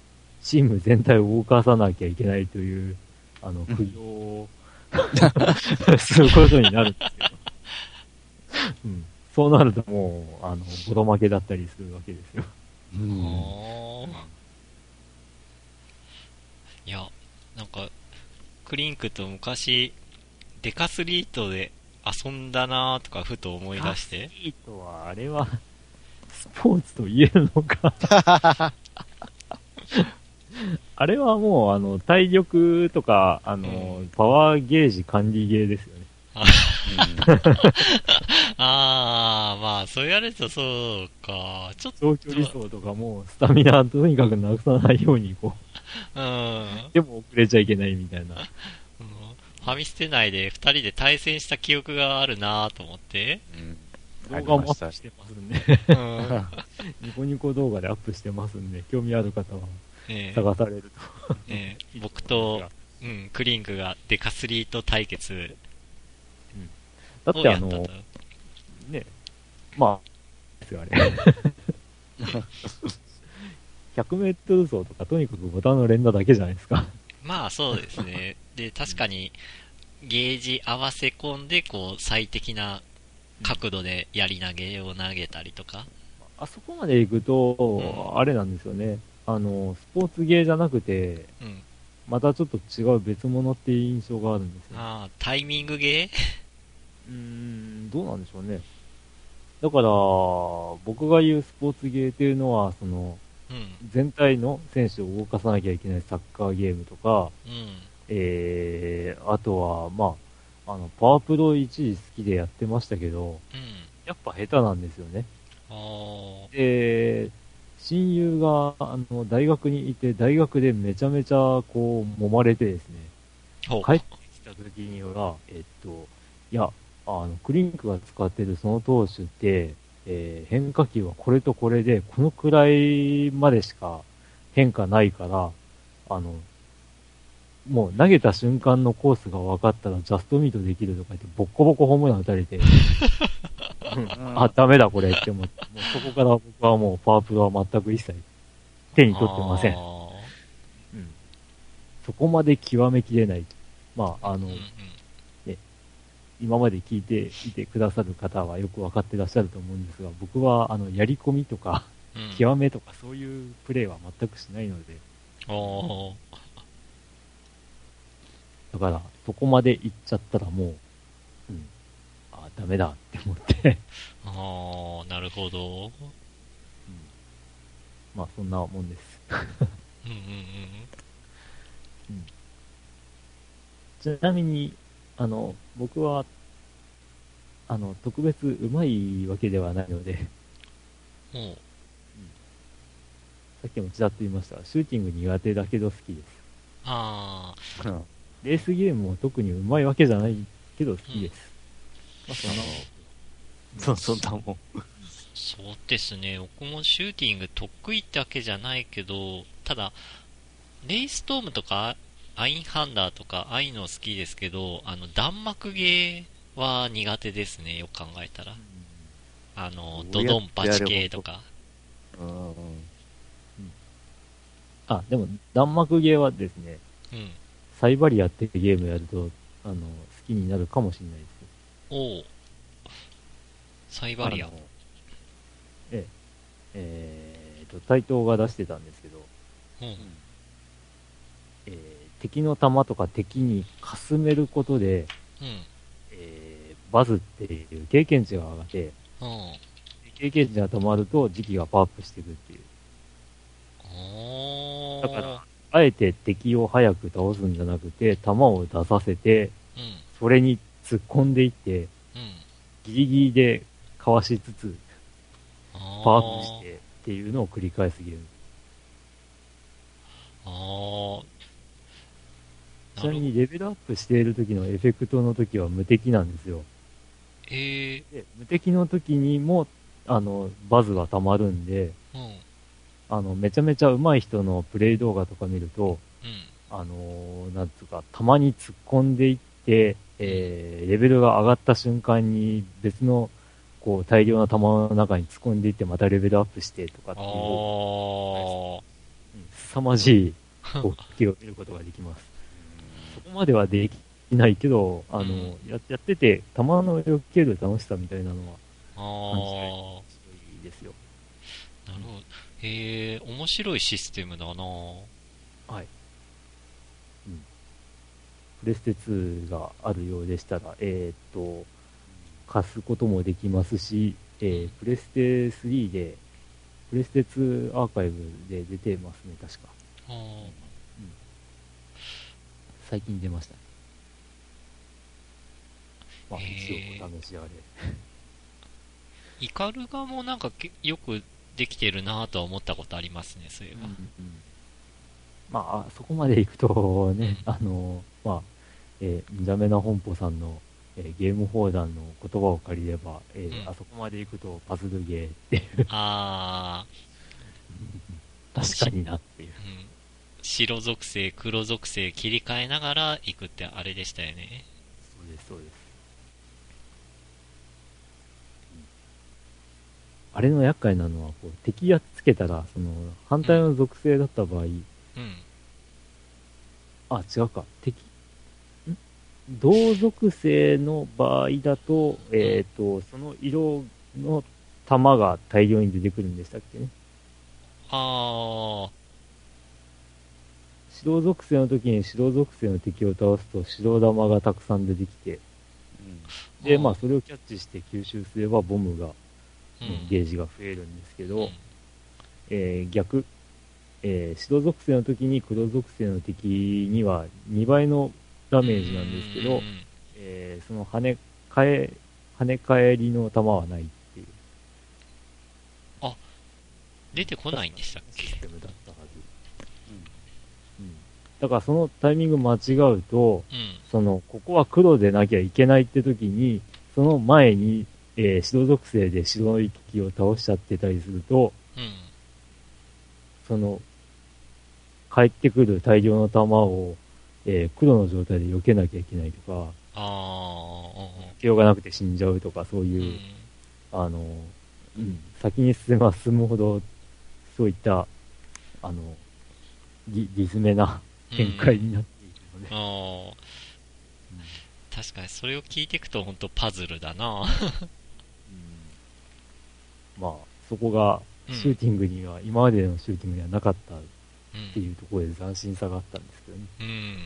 Speaker 4: チーム全体を動かさなきゃいけないという、あの、
Speaker 3: うん
Speaker 4: 苦行を、 することになるんですけど。うん。そうなるともう、あの、ボロ負けだったりするわけですよ。
Speaker 3: うん
Speaker 2: おーいや、なんか、クリンクと昔、デカスリートで遊んだなーとか、ふと思い出して。
Speaker 4: いいとは、あれは、スポーツと言えるのか。 あれはもう、あの、体力とか、あの、パワーゲージ管理ゲーですよね。
Speaker 2: あー、まあ、そう言われるとそうか。ちょっ
Speaker 4: 長距離走とかも、スタミナとにかくなくさないように、こう、
Speaker 2: と、うん。
Speaker 4: でも遅れちゃいけないみたいな。
Speaker 2: あのファミステ内で二人で対戦した記憶があるなぁと思って。
Speaker 3: あ
Speaker 4: 動
Speaker 3: り
Speaker 4: 画
Speaker 3: ま
Speaker 4: もア
Speaker 3: し
Speaker 4: ッ
Speaker 3: た
Speaker 4: プしてます んで、
Speaker 2: うん。
Speaker 4: ニコニコ動画でアップしてますんで、興味ある方は
Speaker 2: ええ
Speaker 4: 探されると。
Speaker 2: ええ僕と、うん、クリンクがデカスリート対決
Speaker 4: だっ
Speaker 2: を
Speaker 4: て
Speaker 2: や
Speaker 4: あ
Speaker 2: ったんだ。
Speaker 4: の、ね、 まあ、ですよ、あれ。100メートル走とか、とにかくボタンの連打だけじゃないですか。
Speaker 2: まあそうですね。で、確かに、ゲージ合わせ込んで、こう、最適な角度でやり投げを投げたりとか。
Speaker 4: あそこまで行くと、あれなんですよね。あの、スポーツゲーじゃなくて、
Speaker 2: うん。
Speaker 4: またちょっと違う別物っていう印象があるんですよ。
Speaker 2: ああ、タイミングゲー
Speaker 4: うーん、どうなんでしょうね。だから、僕が言うスポーツゲーっていうのは、その、
Speaker 2: うん。
Speaker 4: 全体の選手を動かさなきゃいけないサッカーゲームとか、
Speaker 2: うん。
Speaker 4: えー、あとは、まあ、あの、パワープロ一時好きでやってましたけど、
Speaker 2: うん。
Speaker 4: やっぱ下手なんですよね。
Speaker 2: おー。
Speaker 4: で、親友が、あの、大学にいて、大学でめちゃめちゃ、こう、揉まれてですね、
Speaker 2: ほう。
Speaker 4: 帰ってきた時には、えっと、いや、あの、クリンクが使ってるその投手って、えー変化球はこれとこれで、このくらいまでしか変化ないから、あの、もう投げた瞬間のコースが分かったらジャストミートできるとか言って、ボッコボコホームラン打たれて、あ、ダメだこれって思って、もうそこから僕はもうパワープロは全く一切手に取ってません
Speaker 2: あ。ー
Speaker 4: そこまで極めきれない。まあ、あの、
Speaker 2: うんうん
Speaker 4: 今まで聞いていてくださる方はよく分かってらっしゃると思うんですが、僕は、あの、やり込みとか、
Speaker 2: うん
Speaker 4: 極めとか、そういうプレイは全くしないので、
Speaker 2: おー
Speaker 4: だから、そこまで行っちゃったらもう、うん、あ、ダメだって思って、
Speaker 2: あーなるほど。
Speaker 4: まあ、そんなもんです。
Speaker 2: うんうん
Speaker 4: ちなみに、あの、僕は、あの、特別うまいわけではないので、
Speaker 2: うんうん。もう、
Speaker 4: さっきもちらっと言いましたが、シューティング苦手だけど好きです。
Speaker 2: あ
Speaker 3: うん
Speaker 4: レースゲームも特にうまいわけじゃないけど好きです。まあ、その、
Speaker 3: そう、そんなもん。
Speaker 2: ーそうですね。僕もシューティング得意ってわけじゃないけど、ただ、レイストームとか、アインハンダーとか、ああいうの好きですけど、あの、弾幕ゲーは苦手ですね。よく考えたら。あの、ド
Speaker 3: どう
Speaker 2: ド
Speaker 3: や
Speaker 2: ン
Speaker 3: っ
Speaker 2: パ
Speaker 3: てやれば
Speaker 2: チ系とか。
Speaker 3: うんうん
Speaker 4: あ、でも、弾幕ゲーはですね、
Speaker 2: うん。
Speaker 4: サイバリアってゲームやると、あの、好きになるかもしれないです。
Speaker 2: おうサイバリア
Speaker 4: あの。ええ。えーと、対等が出してたんですけど、
Speaker 2: うん。
Speaker 4: えー敵の弾とか敵にかすめることで、
Speaker 2: うん。
Speaker 4: えーバズっていう経験値が上がって、
Speaker 2: うん。
Speaker 4: 経験値が溜まると時期がパワーアップしていくっていう。
Speaker 2: おー。
Speaker 4: だから、あえて敵を早く倒すんじゃなくて、弾を出させて、
Speaker 2: うん。
Speaker 4: それに突っ込んでいっ
Speaker 2: う
Speaker 4: て、
Speaker 2: ん。
Speaker 4: ギリギリでかわしつつ、
Speaker 2: あー
Speaker 4: パワーアップしてっていうのを繰り返すゲーム。
Speaker 2: あー
Speaker 4: ち
Speaker 2: なる
Speaker 4: なみ
Speaker 2: ほど
Speaker 4: にレベルアップしている時のエフェクトの時は無敵なんですよ。
Speaker 2: えー、
Speaker 4: で、無敵の時にも、あの、バズが溜まるんで、
Speaker 2: うん。うん。
Speaker 4: あの、めちゃめちゃ上手い人のプレイ動画とか見ると、あのーなんつうか、たまに突っ込んでいって、えー、レベルが上がった瞬間に別の、こう、大量な弾の中に突っ込んでいって、またレベルアップしてとかって
Speaker 2: あ
Speaker 4: いう、
Speaker 2: ー。
Speaker 4: うん凄 まじい、こう、気を見ることができます。そこまではできないけど、あのーややってて、弾の避ける楽しさみたいなのは、
Speaker 2: あ
Speaker 4: 感
Speaker 2: ー。
Speaker 4: すごいいいですよ。
Speaker 2: なるほど。えー、面白いシステムだなぁ。
Speaker 4: プレステ2があるようでしたら、えーっと、貸すこともできますし、えープレステ3で、プレステ2アーカイブで出てますね、確か。
Speaker 2: あー
Speaker 4: 最近出ました。まあ、
Speaker 2: へー
Speaker 4: 一応お試しあれ。
Speaker 2: イカルガもなんかけよくできてるなぁとは思ったことありますね、そういえば。
Speaker 4: まあ、そこまで行くと ね、あの、まあ、えー、ダメな本舗さんの、えーゲーム放談の言葉を借りれば、えー
Speaker 2: うん
Speaker 4: あそこまで行くとパズルゲーって、
Speaker 2: あ
Speaker 4: 確かになっていう。
Speaker 2: ー、うん。白属性、黒属性切り替えながら行くってあれでしたよね。
Speaker 4: そうです、そうです。あれの厄介なのは、こう敵やっつけたら、その、反対の属性だった場合、
Speaker 2: うん。
Speaker 4: あ、違うか、敵、ん同属性の場合だと、えっ、と、その色の玉が大量に出てくるんでしたっけね。
Speaker 2: あ
Speaker 4: 白属性の時に白属性の敵を倒すと白玉がたくさん出てきて、
Speaker 2: ー。
Speaker 4: で、まあそれをキャッチして吸収すればボムが、
Speaker 2: うん、
Speaker 4: ゲージが増えるんですけ
Speaker 2: う
Speaker 4: ど、
Speaker 2: ん
Speaker 4: えー逆、えー白属性の時に黒属性の敵には2倍のダメージなんですけ
Speaker 2: う
Speaker 4: ど
Speaker 2: ん、
Speaker 4: えーその跳ね返跳ね返りの弾はないっていう
Speaker 2: 出てこないんでしたっ
Speaker 4: シ
Speaker 2: け
Speaker 4: ステムだったはず、うんだからそのタイミング間違うと
Speaker 2: うん。
Speaker 4: そのここは黒でなきゃいけないって時にその前に、えー白属性で白い敵を倒しちゃってたりすると
Speaker 2: うん。
Speaker 4: その帰ってくる大量の弾を、えー黒の状態で避けなきゃいけないとか
Speaker 2: ああ、
Speaker 4: 避けようがなくて死んじゃうとかそう
Speaker 2: うんう
Speaker 4: い
Speaker 2: ん。
Speaker 4: う、
Speaker 2: うん。
Speaker 4: あの、先に進めば進むほど、そういった、あの、ぎ、ぎずめな展開になっているので、
Speaker 2: あ
Speaker 4: うん
Speaker 2: あ確かにそれを聞いていくと本当パズルだな
Speaker 4: まあ、そこが
Speaker 2: うん
Speaker 4: シューティングには、今までのシューティングにはなかったっ
Speaker 2: う
Speaker 4: て
Speaker 2: ん
Speaker 4: いうところで斬新さがあったんですけどね。
Speaker 2: うん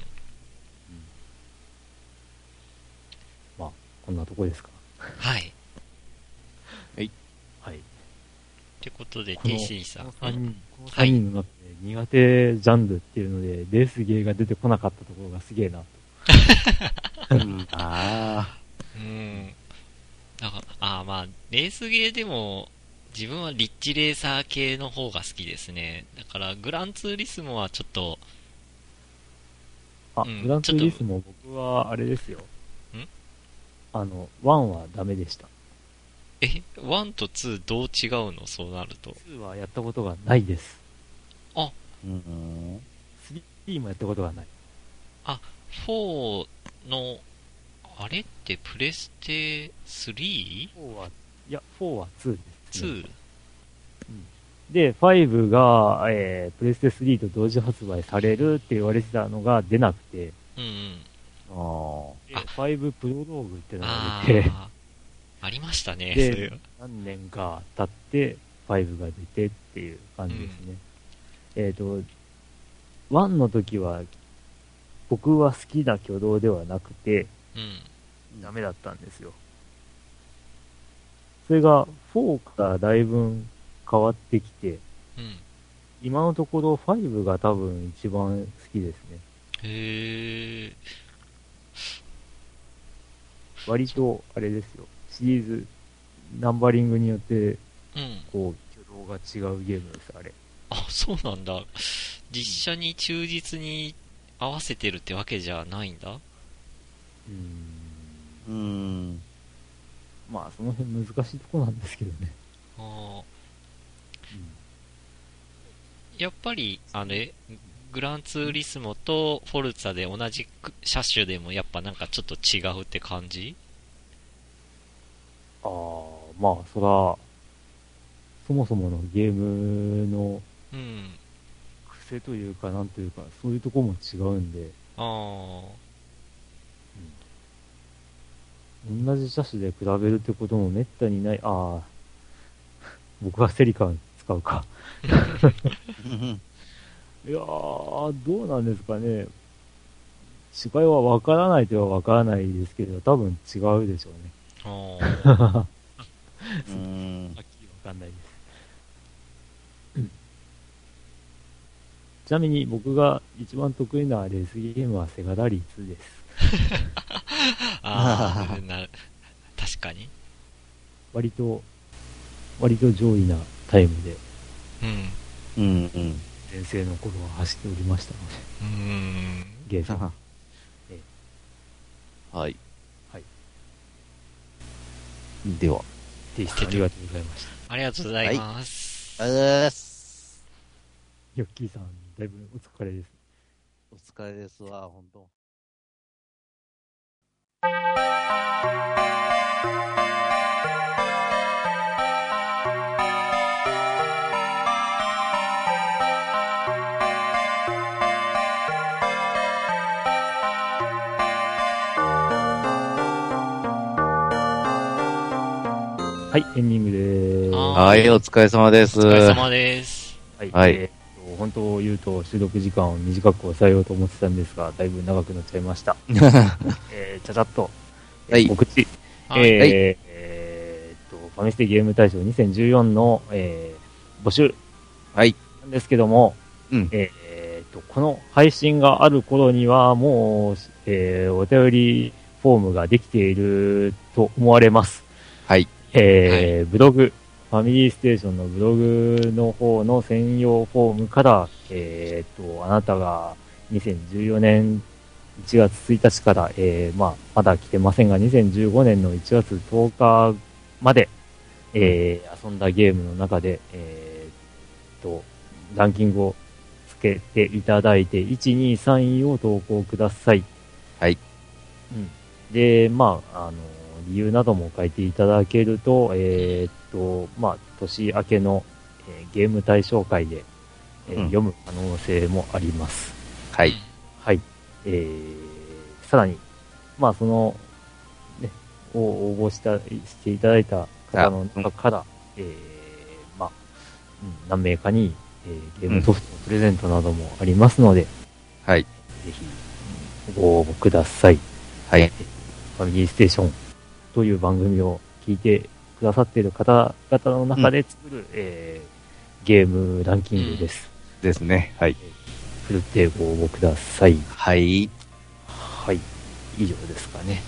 Speaker 4: こんなとこですか。
Speaker 2: はい
Speaker 4: はい。
Speaker 2: ってことで
Speaker 4: この
Speaker 2: TC さん
Speaker 4: この3
Speaker 2: うん
Speaker 4: 人、この3人の中で苦手ジャンルっていうので、レースゲーが出てこなかったところがすげえなと。
Speaker 3: うんあ
Speaker 2: うんなんかああまあレースゲーでも自分はリッチレーサー系の方が好きですねだからグランツーリスモはちょっと
Speaker 4: あ、
Speaker 2: うん
Speaker 4: グランツーリスも僕はあれですよ。あの、1はダメでした。
Speaker 2: え1と2どう違うのそうなると
Speaker 4: 2はやったことがないです。
Speaker 3: ーうん。
Speaker 4: 3もやったことがない。
Speaker 2: 4のあれってプレステ 3?2?
Speaker 4: 4は、いや、4は2です、ね。で、5が、えー、プレステ3と同時発売されるって言われてたのが出なくて、
Speaker 2: うんうん
Speaker 3: あー
Speaker 4: で
Speaker 2: あ
Speaker 4: 5プロローグってのが
Speaker 2: あ
Speaker 4: 出て、
Speaker 2: あ ありましたね、
Speaker 4: で
Speaker 2: それは。
Speaker 4: 何年か経って、5が出てっていう感じですね。えっ、と、1の時は、僕は好きな挙動ではなくて、
Speaker 2: うん。
Speaker 4: ダメだったんですよ。それが4からだいぶ変わってきて、
Speaker 2: うん。
Speaker 4: 今のところ5が多分一番好きですね。
Speaker 2: へえ。
Speaker 4: 割と、あれですよ。シリーズ、ナンバリングによって、
Speaker 2: うん。
Speaker 4: こう、挙動が違うゲームです、あれ。
Speaker 2: あ、そうなんだ。実写に忠実に合わせてるってわけじゃないんだ。
Speaker 4: うん。
Speaker 3: うん。
Speaker 4: まあ、その辺難しいとこなんですけどね。
Speaker 2: あーやっぱり、あれ、グランツーリスモとフォルツァで同じく車種でもやっぱなんかちょっと違うって感じ
Speaker 4: ああ、まあ、そら、そもそものゲームの
Speaker 2: うん。
Speaker 4: 癖というか、なんというか、そういうとこも違うんで、
Speaker 2: あ あ。
Speaker 4: 同じ車種で比べるってこともめったにない。ああ、僕はセリカン使うか。いやー、どうなんですかね。違いはわからないとはわからないですけど、多分違うでしょうね。
Speaker 2: あー
Speaker 3: うん
Speaker 4: はっきりわかんないです。ちなみに僕が一番得意なレースゲームはセガラリー2です。
Speaker 2: あー。なる。確かに。
Speaker 4: 割と、割と上位なタイムで、
Speaker 2: うん。
Speaker 3: うん。うん。
Speaker 4: 前世の頃は走っておりましたので、
Speaker 2: うーん。
Speaker 4: ゲーム。
Speaker 3: はい。
Speaker 4: はい。
Speaker 3: では。
Speaker 4: 提出ありがとうございました。
Speaker 2: ありがとうございます。
Speaker 3: ありがとうございます。
Speaker 4: ヨッキーさん、だいぶお疲れです。
Speaker 3: お疲れですわ、本当。
Speaker 4: はい、エンディングでーす。
Speaker 2: あ
Speaker 3: はい、お疲れ様です。
Speaker 2: お疲れ様です。
Speaker 4: はい。
Speaker 3: はい
Speaker 4: えーと本当を言うと、収録時間を短く抑えようと思ってたんですが、だいぶ長くなっちゃいま した。えー、ちゃちゃっと、えー
Speaker 3: はい
Speaker 4: 告知。
Speaker 2: はい
Speaker 4: えー
Speaker 3: はい
Speaker 4: えーと、ファミステゲーム大賞2014の、えー募集
Speaker 3: はい。
Speaker 4: なんですけども、
Speaker 3: うん
Speaker 4: えーと、この配信がある頃には、もう、えーお便りフォームができていると思われます。
Speaker 3: はい。
Speaker 4: えーブログ、ファミリーステーションのブログの方の専用フォームから、えー、と、あなたが2014年1月1日から、えーまあ、まだ来てませんが、2015年の1月10日まで、えー遊んだゲームの中で、えーと、ランキングをつけていただいて、1、2、3位を投稿ください。
Speaker 3: はい。
Speaker 4: うん。で、まあ、あの、理由なども書いていただけると、えーっと、まあ、年明けの、えーゲーム対象会で、えー
Speaker 3: うん
Speaker 4: 読む可能性もあります。
Speaker 3: はい。
Speaker 4: はい。えー、さらに、まあ、その、ね、を応募した、していただいた方の中から、えー、まあ、うん何名かに、えーゲームソフトのプレゼントなどもありますので、ぜ
Speaker 3: はい。
Speaker 4: ひ、うんご応募ください。
Speaker 3: はい。
Speaker 4: ファミリーステーションという番組を聞いてくださっている方々の中で作る、えーゲームランキングです。
Speaker 3: ですね。はい。
Speaker 4: ふるってご応募ください。
Speaker 3: はい。
Speaker 4: はい。以上ですかね。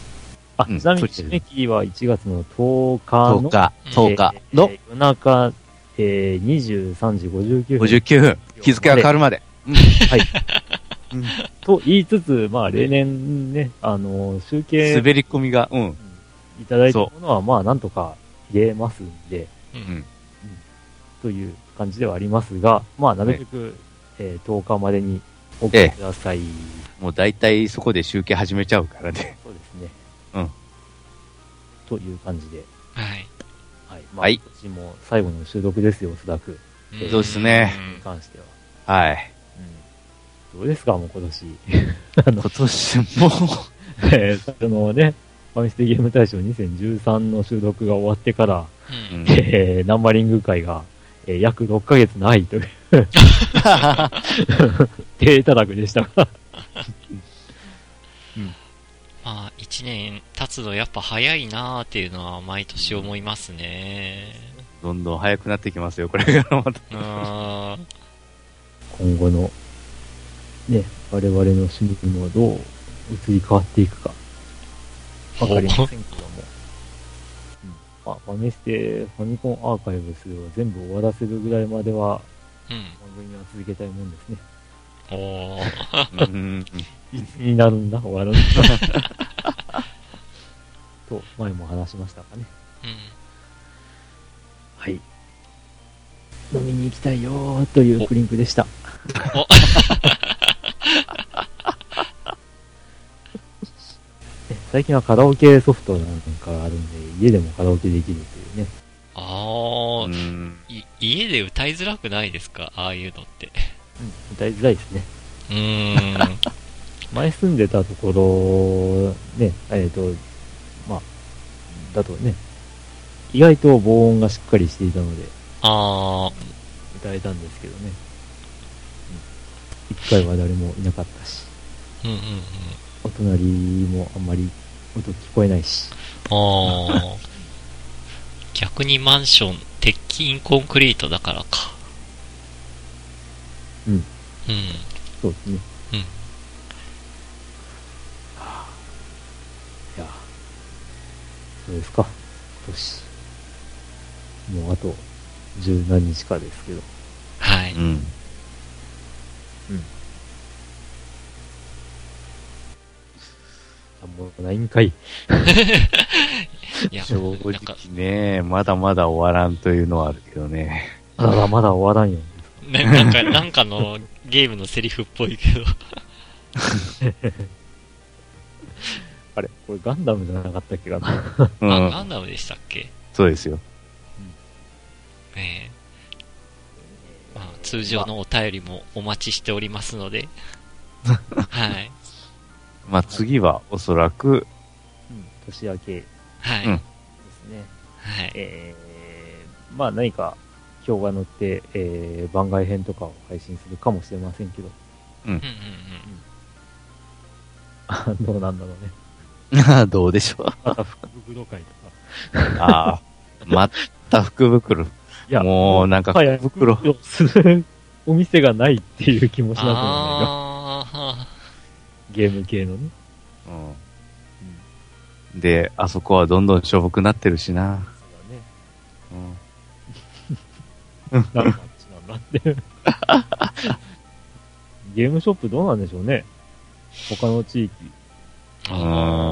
Speaker 4: あ、
Speaker 3: うん
Speaker 4: ちなみ
Speaker 3: そ
Speaker 4: に
Speaker 3: うです
Speaker 4: 締
Speaker 3: ね
Speaker 4: め切りは1月の10日
Speaker 3: 10
Speaker 4: の
Speaker 3: 日、10日の
Speaker 4: えー夜中、えー23時59分
Speaker 3: 59分。日付が変わるまで。
Speaker 4: はい
Speaker 3: うん。
Speaker 4: と言いつつ、まあ例年ね、あのー集計
Speaker 3: 滑り込みが、うん。
Speaker 4: いただいたものはまあなんとか入れますんで、
Speaker 3: うん。
Speaker 4: という感じではありますが、まあなるべく、えー10日までにお送りください。
Speaker 3: もう大体そこで集計始めちゃうからね。
Speaker 4: そうですね。
Speaker 3: うん。
Speaker 4: という感じで、
Speaker 2: はい。
Speaker 4: はい。まあ、
Speaker 3: はい
Speaker 4: 今年も最後の収録ですよ、おそらく。
Speaker 2: ん
Speaker 3: そうですね
Speaker 4: に関しては。
Speaker 3: はい。
Speaker 4: うん。どうですか、もう今年。
Speaker 3: 今年も、
Speaker 4: えーそのね、ファミステゲーム大賞2013の収録が終わってから、
Speaker 2: うん
Speaker 3: うん
Speaker 4: えーナンバリング会が、えー約6ヶ月ない という低たらくでしたが、
Speaker 2: まあ、1年経つのやっぱ早いなーっていうのは毎年思いますね。
Speaker 3: どんどん早くなってきますよ、これからまた。
Speaker 2: うーん。
Speaker 4: 今後の、ね、我々の趣味もどう移り変わっていくか、わかりませんけども。うんまあ、ファミステ、ファミコンアーカイブスを全部終わらせるぐらいまでは、
Speaker 2: うん。
Speaker 4: 番組は続けたいもんですね。
Speaker 2: おー。
Speaker 3: うん
Speaker 4: いつになるんだ、終わるんだ。 と、前も話しましたかね。
Speaker 2: うん。
Speaker 4: はい。飲みに行きたいよーというクリンクでした。
Speaker 2: お
Speaker 4: 最近はカラオケソフトなんかがあるんで、家でもカラオケできるというね。
Speaker 2: あー、
Speaker 3: うん
Speaker 2: い家で歌いづらくないですかああいうの って。
Speaker 4: うん、歌いづらいですね。
Speaker 2: うーん。
Speaker 4: 前住んでたところ、ね、えっ、と、まあ、だとね、意外と防音がしっかりしていたので、
Speaker 2: あ
Speaker 4: 歌えたんですけどね。一回は誰もいなかったし、
Speaker 2: ー、うんうんうん。
Speaker 4: お隣もあんまり音聞こえないし、
Speaker 2: あー。 逆にマンション、鉄筋コンクリートだからか。
Speaker 4: うん
Speaker 2: うん。
Speaker 4: そうですね。
Speaker 2: うん
Speaker 4: いや、どうですか、今年。もうあと十何日かですけど。
Speaker 2: はい。
Speaker 3: うん。
Speaker 4: あもうないんかい。
Speaker 2: いや、
Speaker 3: 正
Speaker 2: な
Speaker 3: 直
Speaker 2: んか、
Speaker 3: ね、まだまだ終わらんというのはあるけどね。
Speaker 4: まだまだ終わらんよ。
Speaker 2: ねなんか、なんかのゲームのセリフっぽいけど。
Speaker 4: あれこれガンダムじゃなかったっけかな。
Speaker 3: う
Speaker 2: あ、ガ
Speaker 3: ん。
Speaker 2: ンダムでしたっけ
Speaker 3: そうですよ。
Speaker 2: ねえ。まあ、通常のお便りもお待ちしておりますの で。はい。
Speaker 3: まあ次はおそらく、
Speaker 4: 年明けで
Speaker 2: はい。
Speaker 3: うん
Speaker 4: すね。
Speaker 2: はい。
Speaker 4: えー、まあ何か表が載って、えー、番外編とかを配信するかもしれませんけど、
Speaker 2: うんうん
Speaker 4: どうなんだろうね。
Speaker 3: どうでしょう。
Speaker 4: また福袋会とか。
Speaker 3: ああ、また福袋。
Speaker 4: いや、
Speaker 3: もうなんか
Speaker 4: 早
Speaker 3: 福袋
Speaker 4: くする お店がないっていう気も
Speaker 2: うん。
Speaker 4: しなくもないが、
Speaker 2: あ
Speaker 4: ゲーム系のね。
Speaker 3: うん、で、あそこはどんどんしょぼくなってるしな。
Speaker 4: そう
Speaker 3: うん
Speaker 4: だね。なんかあっちなんだって。ゲームショップどうなんでしょうね。他の地域。
Speaker 2: ーあ
Speaker 4: まあ、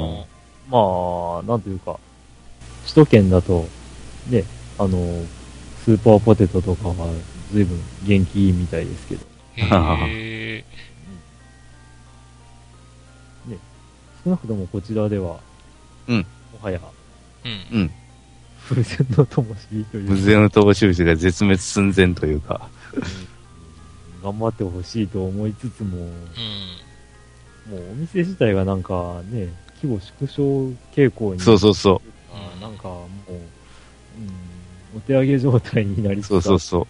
Speaker 4: なんというか、首都圏だと、ね、あの、スーパーポテトとかは随分元気いいみたいですけど、
Speaker 2: ー。へえ。
Speaker 4: 少なくともこちらでは、
Speaker 3: うん
Speaker 4: もはや、
Speaker 2: うん。
Speaker 3: うん。
Speaker 4: 風船の灯火という
Speaker 3: 無勢の投手口が絶滅寸前というか。
Speaker 4: 頑張ってほしいと思いつつも、
Speaker 2: うん。
Speaker 4: もうお店自体がなんかね、規模縮小傾向に。
Speaker 3: そうそうそう
Speaker 4: あーなんかもう、うん、お手上げ状態になり
Speaker 3: う。
Speaker 4: つつあ
Speaker 3: そう
Speaker 4: る
Speaker 3: そうそう。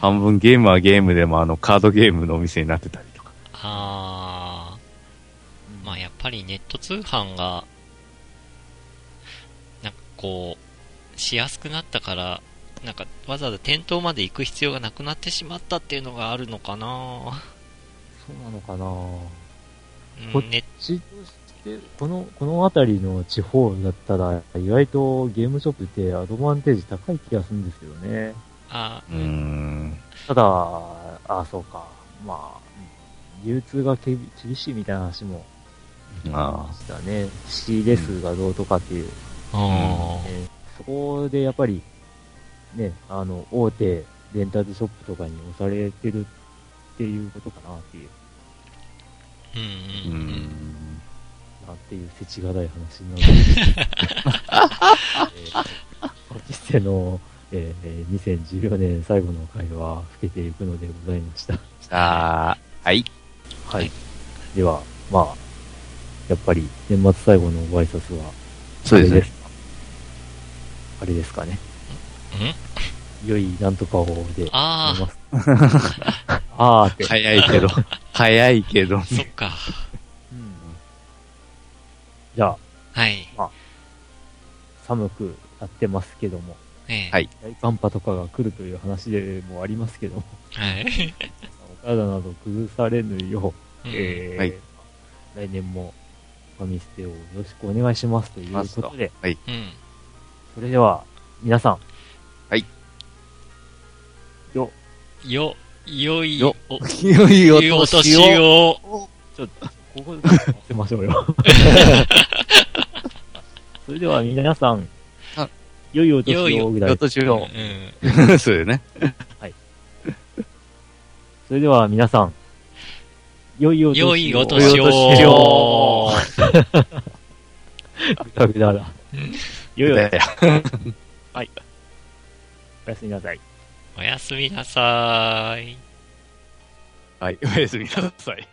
Speaker 3: 半分ゲームはゲームでもあのカードゲームのお店になってたりとか。
Speaker 2: あー、まあやっぱりネット通販が、なんかこう、しやすくなったから、なんかわざわざ店頭まで行く必要がなくなってしまったっていうのがあるのかな
Speaker 4: そうなのかな
Speaker 2: う
Speaker 4: こ
Speaker 2: ん、ネッ
Speaker 4: ちこの、この辺りの地方だったら、意外とゲームショップってアドバンテージ高い気がするんですけどね。
Speaker 2: あ
Speaker 3: うーん。
Speaker 4: ただ、ああ、そうか。まあ、流通がけび厳しいみたいな話も
Speaker 3: あ
Speaker 4: したね。仕入れ数がどうとかっていう。
Speaker 2: あ
Speaker 4: ねそこでやっぱり、ね、あの、大手レンタルショップとかに押されてるっていうことかなってい
Speaker 2: ー、う
Speaker 4: う、
Speaker 3: あ。うー
Speaker 2: んうんうん。
Speaker 3: ん。
Speaker 4: なんていう世知がい話になるんですけど。えー、実践の、えー、2014年最後の回は、更けていくのでございました。
Speaker 3: あー、はい。
Speaker 4: はい。では、まあ、やっぱり年末最後のご挨拶は、
Speaker 3: そうです
Speaker 4: あれで
Speaker 3: ね。
Speaker 4: すかあれですかね。良いなんとかをで、
Speaker 2: あ
Speaker 4: 思い
Speaker 2: ー
Speaker 4: ま、すあーって。
Speaker 3: 早い けど。早いけど。
Speaker 2: そっか。
Speaker 4: うんじゃあ、
Speaker 2: はい。
Speaker 4: 寒くなってますけども、
Speaker 2: ええ
Speaker 3: はい
Speaker 4: 大寒波とかが来るという話でもありますけども、
Speaker 2: はい。
Speaker 4: お体など崩されぬよう、えー
Speaker 3: はい
Speaker 4: 来年もファミステをよろしくお願いしますということで、
Speaker 2: うん。
Speaker 4: それでは、皆さん。
Speaker 3: はい。
Speaker 4: よ、
Speaker 2: よ、よい、
Speaker 3: よ
Speaker 2: お、
Speaker 3: いよい
Speaker 2: いいお年。を。
Speaker 4: ここで待ってましょう よ。それでは皆さん
Speaker 3: あ、
Speaker 4: 良いお年をぐら
Speaker 3: よ
Speaker 4: い。
Speaker 3: 年
Speaker 2: う
Speaker 3: を。
Speaker 2: ん。
Speaker 3: そうだよね。
Speaker 4: それでは皆さん、良いお年を。
Speaker 2: 良いお年
Speaker 3: 良い
Speaker 2: を
Speaker 3: お。
Speaker 4: ぐだぐだだ。良いお
Speaker 3: だよ
Speaker 4: おやすみなさい。
Speaker 2: おやすみなさーい。
Speaker 3: はい。おやすみなさい。